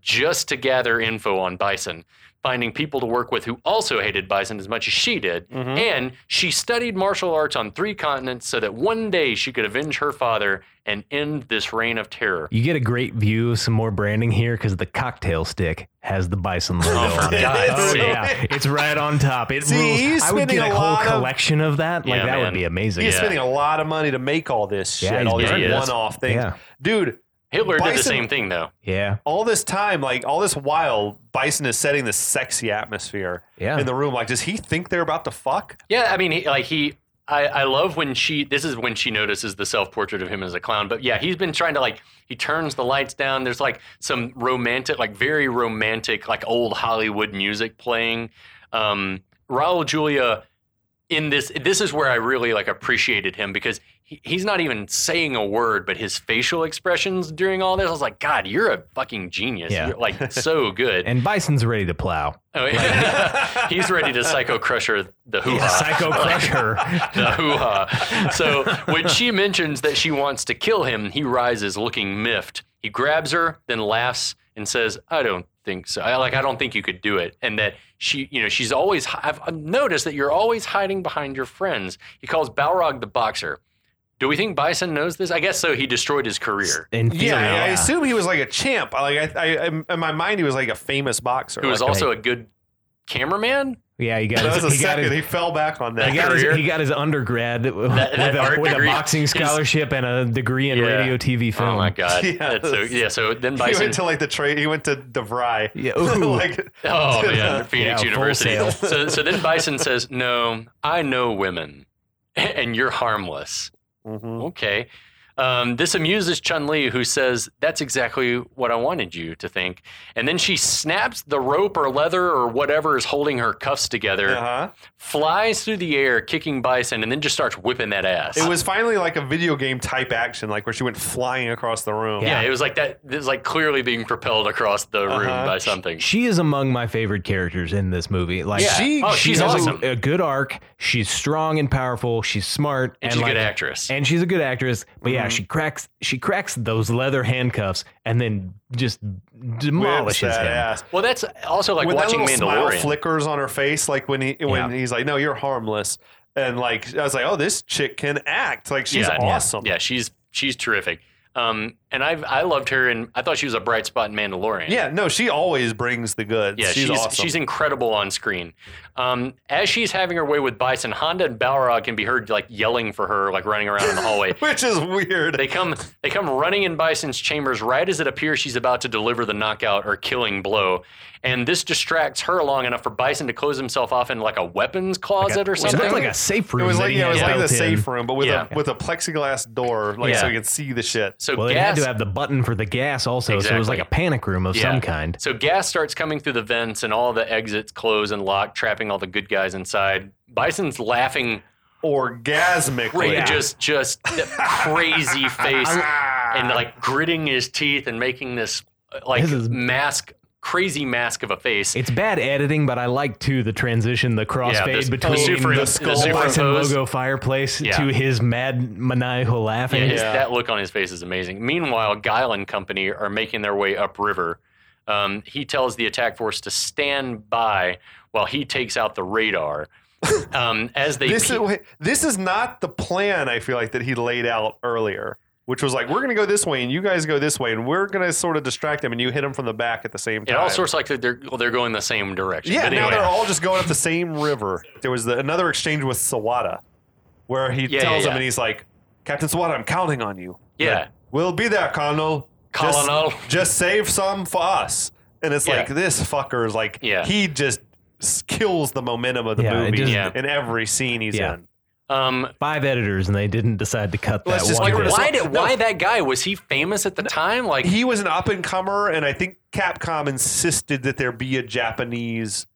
S1: just to gather info on Bison, finding people to work with who also hated Bison as much as she did. And she studied martial arts on three continents so that one day she could avenge her father and end this reign of terror.
S3: You get a great view of some more branding here because the cocktail stick has the bison logo
S1: Oh, for
S3: on it.
S1: God's
S3: Oh,
S1: <laughs> sake.
S3: yeah, it's right on top. It
S2: See,
S3: rules.
S2: he's
S3: I would
S2: spending
S3: get
S2: a
S3: a whole
S2: lot of-
S3: collection of that. Like
S1: Yeah,
S3: that
S1: man.
S3: would be amazing.
S2: He's
S1: Yeah.
S2: spending a lot of money to make all this shit,
S3: Yeah, he's
S2: all these
S1: busy.
S2: one-off things.
S3: Yeah.
S2: Dude,
S1: Hitler did the
S2: Bison-
S1: same thing though.
S3: Yeah,
S2: all this time, like all this while, Bison is setting this sexy atmosphere
S3: yeah.
S2: in the room. Like, does he think they're about
S1: <laughs>
S2: to fuck?
S1: Yeah, I mean, he, like he, I, I love when she. This is when she notices the self portrait of him as a clown. But yeah, he's been trying to like. He turns the lights down. There's like some romantic, like very romantic, like old Hollywood music playing. Um, Raul Julia in this. This is where I really like appreciated him because he- he's not even saying a word, but his facial expressions during all this, I was like, God, you're a fucking genius.
S3: Yeah.
S1: You're like
S3: <laughs>
S1: so good.
S3: And Bison's ready to plow.
S1: Oh,
S2: <laughs>
S1: yeah. <laughs> he's ready to psycho crusher the hoo ha. <laughs>
S3: Psycho Crusher.
S1: the hoo ha. uh, So when she mentions that she wants to kill him, he rises looking miffed. He grabs her, then laughs and says, "I don't think so. I, like I don't think you could do it." And that she, you know, she's always. hi- I've I've noticed that you're always hiding behind your friends. He calls Balrog the boxer. Do we think Bison knows this? I guess so. He destroyed his career.
S3: In theory,
S2: Yeah, I assume he was like a champ. Like I, I, in my mind, he was like a famous boxer.
S1: Who was
S2: Like,
S1: also a good cameraman.
S3: Yeah, he got
S2: that
S3: his,
S2: was a
S3: he got
S2: second.
S3: his,
S2: he fell back on
S3: he
S2: that.
S3: got his,
S1: career.
S3: he got his undergrad with,
S1: that
S3: a,
S1: art
S3: with a
S1: degree.
S3: boxing
S1: He's-
S3: scholarship and a degree in
S1: Yeah.
S3: radio, TV, film.
S1: Oh my god!
S2: Yes.
S1: That's so, yeah. So then
S2: <laughs> He
S1: Bison
S2: went to like the trade. He went to DeVry. <laughs>
S3: Yeah, ooh.
S2: like,
S1: Oh
S2: <laughs>
S1: man, Phoenix
S3: Yeah, full
S1: University.
S3: sail.
S1: So, so then Bison says, "No, I know women, <laughs> and you're harmless." Mm-hmm.
S2: Mhm.
S1: Okay. Um, this amuses Chun Li, who says, That's exactly what I wanted you to think. And then she snaps the rope or leather or whatever is holding her cuffs together,
S2: Uh-huh.
S1: flies through the air, kicking Bison, and then just starts whipping that ass.
S2: It was finally like a video game type action, like where she went flying across the room.
S1: yeah, it was like that. It was like clearly being propelled across the room
S2: Uh-huh.
S1: by something.
S3: She is among my favorite characters in this movie. Like
S1: Yeah.
S3: she,
S1: Oh,
S3: she
S1: she's
S3: has a-
S1: awesome.
S3: A, good arc. She's strong and powerful. She's smart
S1: And she's a
S3: like,
S1: good actress.
S3: and she's a good actress. But yeah,
S2: Mhm.
S3: she cracks she cracks those leather handcuffs and then just
S2: Whips
S3: demolishes
S2: that
S3: him.
S2: ass.
S1: well, that's also like
S2: when that
S1: watching
S2: little smile
S1: Mandalorian.
S2: flickers on her face, like when he when
S3: Yeah.
S2: he's like, "No, you're harmless," and like I was like, "Oh, this chick can act. Like she's
S1: Yeah, yeah,
S2: awesome."
S1: Yeah, she's she's terrific. Um, and I have I loved her, and I thought she was a bright spot in Mandalorian.
S2: Yeah, no, she always brings the goods.
S1: Yeah,
S2: she's,
S1: she's
S2: awesome.
S1: she's incredible on screen. Um, as she's having her way with Bison, Honda and Balrog can be heard like yelling for her, like running around in the hallway.
S2: which is weird.
S1: They come they come running in Bison's chambers right as it appears she's about to deliver the knockout or killing blow. And this distracts her long enough for Bison to close himself off in like a weapons closet or
S3: It
S1: something.
S3: looked like a safe room.
S2: it was
S3: that
S2: like
S3: he
S2: yeah, it was
S3: had
S2: like the
S3: built in.
S2: safe room, but with
S1: Yeah.
S2: a with a plexiglass door, like so
S1: Yeah.
S2: you can see the shit.
S1: so
S3: Well, it
S1: gas,
S3: had to have the button for the gas also, so it was
S1: Exactly.
S3: like a panic room of
S1: Yeah.
S3: some kind.
S1: So gas starts coming through the vents, and all the exits close and lock, trapping all the good guys inside. Bison's laughing,
S2: Orgasmically.
S3: Yeah.
S1: just just
S3: <laughs>
S1: that crazy face,
S2: Ah.
S1: and like gritting his teeth and making this uh, like
S3: This is-
S1: mask, crazy mask of a face.
S3: It's bad editing, but I like too the transition, the crossfade
S1: this- the
S3: between
S1: super- the
S3: Bison
S1: superimposed-
S3: logo fireplace
S1: Yeah.
S3: to his mad maniacal
S1: Yeah,
S3: laughing.
S1: his-
S2: Yeah.
S1: that look on his face is amazing. Meanwhile, Guile and company are making their way upriver. Um, he tells the attack force to stand by while he takes out the
S2: <laughs>
S1: radar. Um, as they
S2: this
S1: pe-
S2: is wait, this is not the plan. I feel like that he laid out earlier, which was like we're gonna go this way and you guys go this way and we're gonna sort of distract him and you hit him from the back at the same time.
S1: It all sorts of like they're well, they're going the same direction.
S2: yeah,
S1: But
S2: now
S1: anyway.
S2: they're all just going up the same river. There was the, another exchange with Sawada, where he
S1: Yeah,
S2: tells
S1: yeah,
S2: him
S1: yeah.
S2: and he's like, "Captain Sawada, I'm counting on you.
S1: yeah,
S2: We'll be there, Colonel. Just-
S1: Colonel.
S2: <laughs> Just, save some for us." And it's
S1: Yeah.
S2: like this fucker is like
S1: Yeah.
S2: he just s- kills the momentum of the
S3: Yeah, it
S2: movie
S3: just-
S1: Yeah.
S2: in every scene he's
S3: Yeah.
S2: in.
S1: Um,
S3: Five editors, and they didn't decide to cut
S2: Let's
S3: that
S2: just
S3: one.
S2: get
S1: like
S2: rid
S3: bit.
S2: of
S1: why
S2: No.
S1: did why that guy was he famous at the time? Like
S2: he was an up and comer, and I think Capcom insisted that there be a Japanese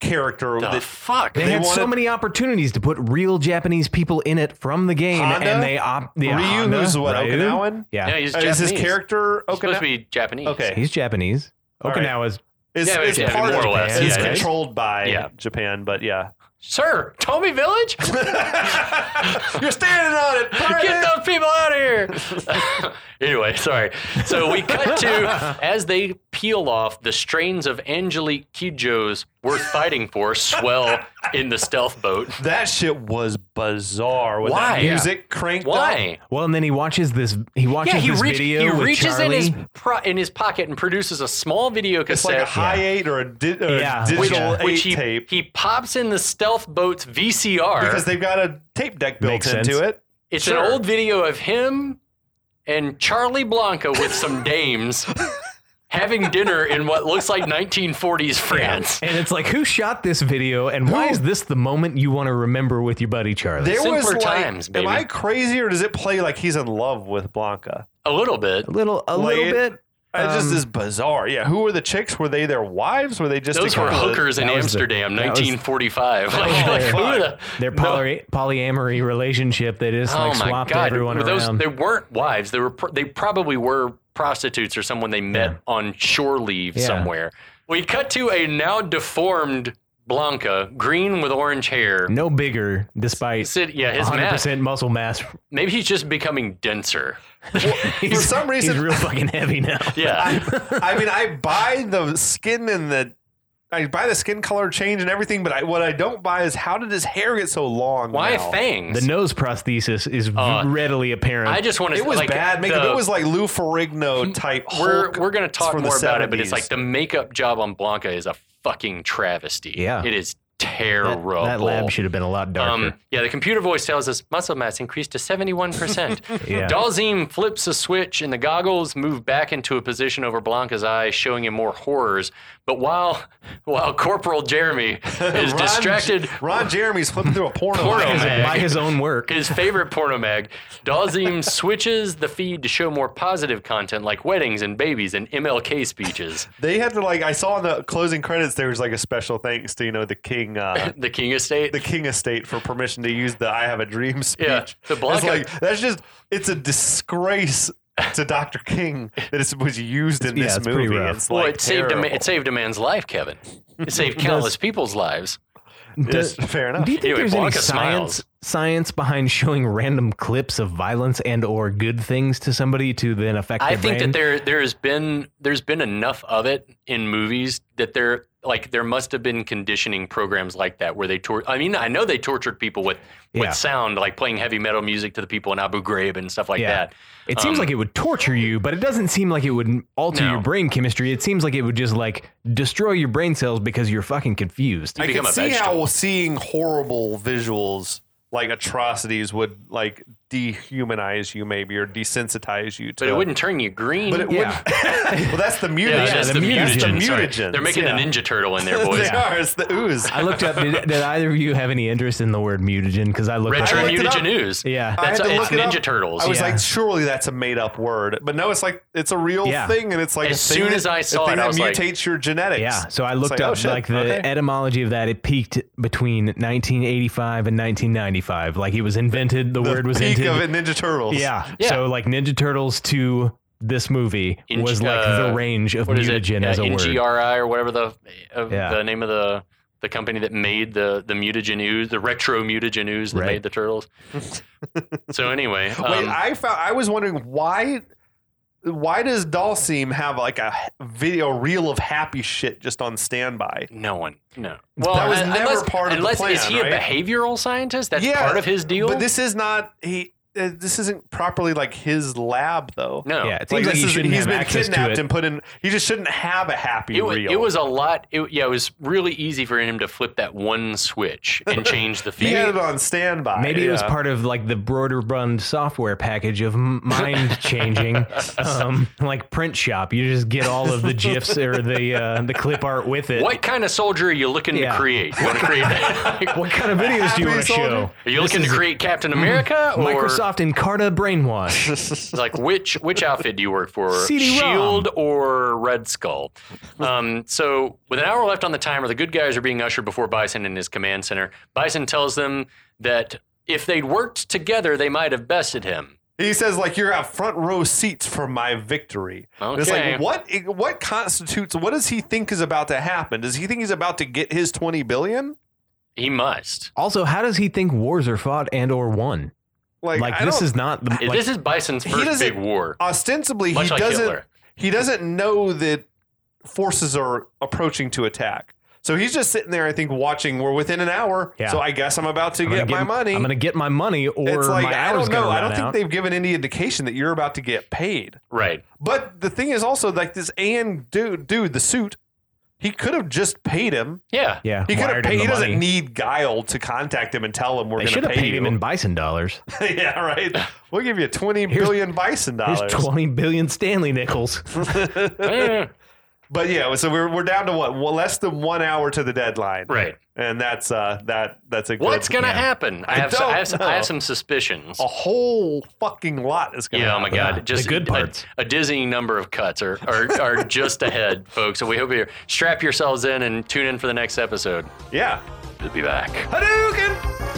S2: character.
S1: the
S2: that,
S1: fuck.
S3: They,
S2: They
S3: had so
S2: wanted-
S3: many opportunities to put real Japanese people in it from the game,
S2: Honda?
S3: and they opt. Yeah,
S2: Ryu,
S3: Honda,
S2: who's what
S3: Ryu?
S2: Okinawan?
S3: Yeah,
S1: No, he's
S2: Uh, Is
S1: Japanese.
S2: his character
S1: He's supposed to
S2: Okinawan?
S1: be Japanese?
S2: Okay.
S3: he's Japanese.
S2: All right.
S3: Okinawa's
S2: It's,
S1: Yeah,
S2: it's
S1: yeah, more
S2: part of
S1: or
S2: Japan.
S1: less,
S2: It's
S1: yeah, right?
S2: controlled by
S1: Yeah.
S2: Japan, but
S1: <laughs>
S2: yeah.
S1: sir, Tommy
S2: <laughs>
S1: Village,
S2: You're standing on it.
S1: get those people out of here. <laughs> anyway, sorry. So we cut to as they peel off the strains of Angelique Kidjo's worth fighting for swell in the stealth boat.
S2: That shit was bizarre. When
S1: Why?
S2: That music cranked up.
S1: Why?
S3: well, and then he watches this. He watches
S1: Yeah, he,
S3: this
S1: reach,
S3: video.
S1: he
S3: with
S1: reaches in
S3: Charlie.
S1: his pro, in his pocket and produces a small video
S2: It's like
S1: cassette,
S2: a high eight or a, di- or a
S3: Yeah.
S2: digital
S3: Which-
S2: eight
S1: which he,
S2: tape
S1: he pops in the Stealth Boat's VCR.
S2: because they've got a tape deck built
S3: Makes
S2: into
S3: sense.
S2: it.
S1: it's
S2: Sure.
S1: an old video of him and Charlie Blanca with
S3: <laughs>
S1: some dames having dinner in what looks like 1940s France.
S3: And it's like, who shot this video, and why is this the moment you want to remember with your buddy Charlie?
S2: There was
S1: Simpler
S2: like,
S1: times, baby.
S2: am I crazy or does it play like he's in love with Blanca?
S1: A little bit.
S3: a little, a
S2: Like
S3: little
S2: it-
S3: bit.
S2: It just
S3: Um,
S2: is bizarre. Yeah, who were the chicks? Were they their wives? Were they just a
S1: Those were
S2: couple of-
S1: hookers in
S3: that was the-
S1: Amsterdam,
S3: that was-
S1: 1945. Like,
S2: Oh,
S1: like,
S2: yeah.
S1: who are the- Oh,
S3: Their poly- polyamory relationship, they just like swapped everyone
S1: But those,
S3: around.
S1: They weren't wives. They were. Pr- they probably were prostitutes or someone they met on shore leave
S3: Yeah.
S1: somewhere. We cut to a now deformed Blanca, green with orange hair.
S3: no bigger, despite
S1: Sit, yeah, his
S3: 100%
S1: mask.
S3: muscle mass.
S1: Maybe he's just becoming denser.
S3: He's,
S2: some reason-
S3: he's real fucking
S1: <laughs>
S3: heavy now. <laughs>
S1: Yeah.
S2: <laughs> I mean, I buy the skin and the. I buy the skin color change and everything, but I, what I don't buy is how did his hair get so long?
S1: Why
S2: now?
S1: fangs?
S3: The nose prosthesis is v-
S1: Uh,
S3: readily apparent.
S1: I just want to.
S2: It was
S1: like,
S2: bad makeup.
S1: the-
S2: it was like Lou Ferrigno type.
S1: We're
S2: Hulk
S1: we're gonna talk
S2: from
S1: more
S2: the
S1: about it, but it's
S2: 70s.
S1: like the makeup job on Blanca is a fucking travesty.
S3: Yeah.
S1: it is
S3: that,
S1: terrible.
S3: that lab should have been a lot darker.
S1: Um, yeah, the computer voice tells us muscle mass increased to
S3: <laughs>
S1: 71%.
S3: Yeah.
S1: Dalzim flips a switch and the goggles move back into a position over Blanca's eyes, showing him more horrors. But while while Corporal
S3: <laughs>
S1: Jeremy is
S2: Ron-
S1: distracted,
S2: Ron Jeremy's flipping through a porno.
S1: Porno
S2: magazine.
S1: mag.
S3: by his own
S1: <laughs>
S3: work.
S1: his favorite porno mag, Dalzim switches the feed to show more positive content like weddings and babies and MLK speeches.
S2: They had to like. I saw in the closing credits there was like a special thanks to you know the king. Uh,
S1: The King Estate.
S2: The king estate for permission to use the "I Have a Dream" speech.
S1: Yeah, the
S2: it's
S1: Blanca-
S2: like that's just—it's a disgrace to Dr. King that it was used in
S3: Yeah,
S2: this
S3: it's pretty
S2: movie.
S3: rough.
S2: It's
S1: well,
S2: like
S1: it saved, a ma-
S2: terrible.
S1: it saved a man's life, Kevin. <laughs> It saved countless people's lives.
S2: Yes, fair enough.
S3: Do you think
S1: Anyway,
S3: there's any
S1: Blanca
S3: science
S1: smiles.
S3: science behind showing random clips of violence and or good things to somebody to then affect
S1: I
S3: their
S1: think
S3: brain?
S1: that there there has been there's been enough of it in movies that there like there must have been conditioning programs like that where they tor- I mean I know they tortured people with
S3: Yeah.
S1: with sound like playing heavy metal music to the people in Abu Ghraib and stuff like
S3: Yeah.
S1: that.
S3: it seems
S1: um,
S3: like it would torture you, but it doesn't seem like it would alter
S1: No.
S3: your brain chemistry. It seems like it would just like destroy your brain cells because you're fucking confused.
S2: I
S1: become
S2: can
S1: a
S2: see
S1: vegetable.
S2: how seeing horrible visuals like atrocities would like dehumanize you maybe or desensitize you to
S1: But it wouldn't turn you green.
S2: but it
S3: Yeah.
S2: wouldn't <laughs> well that's the mutagen
S1: yeah,
S3: Yeah,
S1: that's
S3: the
S1: the,
S3: mutagen,
S1: mutagen.
S2: that's the
S1: sorry.
S2: mutagens.
S1: They're making
S2: yeah.
S1: a ninja turtle in
S2: <laughs>
S1: there, boys.
S2: they are it's the ooze
S3: I looked up. Did, did either of you have any interest in the word mutagen? Because I looked.
S1: Retro
S3: up,
S2: I looked it up.
S1: mutagen ooze.
S3: Yeah.
S2: I
S1: that's
S2: had to
S1: it's
S2: look it up.
S1: Ninja Turtles.
S2: I was
S3: Yeah.
S2: like, surely that's a made up word, but no, it's like it's a real
S3: Yeah.
S2: thing, and it's like
S1: As
S2: a thing
S1: soon
S2: that-
S1: as I saw
S2: a
S1: it,
S2: thing
S1: I
S2: that
S1: was like-
S2: mutates your genetics.
S3: Yeah, so I
S2: It's
S3: looked
S2: like,
S3: up
S2: oh, shit,
S3: like the
S2: okay.
S3: etymology of that. It peaked between 1985 and 1995. Like it was invented. The,
S2: the
S3: word was
S2: peak
S3: invented.
S2: of it, Ninja Turtles.
S3: Yeah.
S1: Yeah.
S3: So like Ninja Turtles to this movie
S1: Ing-
S3: was like
S1: uh,
S3: the range of
S1: what is it?
S3: mutagen
S1: uh,
S3: as a word.
S1: NGRI or whatever the uh,
S3: Yeah.
S1: the name of the the company that made the the mutagen ooze, the retro mutagen ooze that
S3: Right.
S1: made the turtles. so anyway, um,
S2: <laughs> Wait, I found I was wondering why why does Dalseem have like a h- video reel of happy shit just on standby?
S1: no one, no.
S2: That was
S1: un-
S2: never
S1: unless,
S2: part of the
S1: unless is
S2: plan,
S1: he
S2: right?
S1: a behavioral scientist? That's
S2: Yeah,
S1: part of his deal.
S2: But this is not he. Uh, this isn't properly like his lab though.
S1: no,
S3: Yeah, it seems like,
S2: this
S3: he
S2: is,
S3: shouldn't
S2: he's
S3: have
S2: been
S3: access to
S2: kidnapped
S3: it.
S2: and put in. He just shouldn't have a happy
S1: it, wa-
S2: reel.
S1: it was a lot. It, yeah, it was really easy for him to flip that one switch
S2: <laughs>
S1: and change the
S2: He
S1: feed.
S2: had it on standby.
S3: Maybe it was
S2: yeah.
S3: part of like the Broderbund software package of m-
S2: <laughs>
S3: mind changing, um, like print shop. You just get all of the gifs or the uh, the clip art with it.
S1: what kind of soldier are you looking
S3: Yeah.
S1: to create? You want to create? are <laughs>
S3: What kind of videos do
S2: Happy
S3: you want to
S2: soldier?
S3: show?
S1: you looking to create Captain America or
S3: Microsoft Encarta brainwash.
S2: <laughs>
S1: It's like which which outfit do you work for?
S3: CD-ROM.
S1: Shield or Red Skull? Um, so with an hour left on the timer, the good guys are being ushered before Bison in his command center. Bison tells them that if they'd worked together, they might have bested him.
S2: He says like you're at front row seats for my victory. And It's
S1: Okay.
S2: like what what constitutes what does he think is about to happen? Does he think he's about to get his 20 billion?
S1: He must.
S3: <laughs> also, how does he think wars are fought and or won?
S2: Like,
S3: Like
S2: I
S3: this
S2: don't,
S3: is not the like,
S1: this is Bison's
S2: he
S1: first
S2: doesn't-
S1: big war.
S2: ostensibly
S1: Much
S2: he
S1: like
S2: doesn't
S1: Hitler.
S2: he doesn't know that forces are approaching to attack. So he's just sitting there I think watching we're within an hour.
S3: Yeah.
S2: So I guess I'm about to
S3: I'm
S2: get, my
S3: gonna
S2: money.
S3: I'm gonna get my money, or
S2: it's like
S3: my
S2: I
S3: hours
S2: don't know.
S3: gonna
S2: I
S3: run
S2: don't
S3: out.
S2: think they've given any indication that you're about to get paid.
S1: Right.
S2: But the thing is also like this and dude dude the suit he could have just paid him
S1: Yeah.
S3: Yeah,
S2: He could have
S3: wired him
S2: paid.
S3: the
S2: He doesn't
S3: money. need.
S2: need guile to contact him and tell him we're
S3: They
S2: going
S3: should
S2: to
S3: have
S2: pay
S3: paid
S2: you.
S3: him in bison dollars.
S2: <laughs> yeah, right. We'll give you twenty billion bison
S3: Here's
S2: dollars.
S3: twenty billion Stanley nickels.
S1: Eh.
S2: But yeah, so we're, we're down to what? Well, less than one hour to the deadline,
S1: Right.
S2: and that's uh that that's a good,
S1: What's going to happen? I
S2: I
S1: have, some, I,
S2: don't
S1: have some, I
S2: know. Oh,
S1: have some suspicions.
S2: a whole fucking lot is going.
S1: yeah, oh my God.
S3: Yeah,
S1: just
S3: the good
S1: a-
S3: parts.
S1: A, dizzying number of cuts are, are, are just ahead, folks. So we hope you strap yourselves in and tune in for the next episode.
S2: Yeah,
S1: We'll be back.
S2: Hadouken.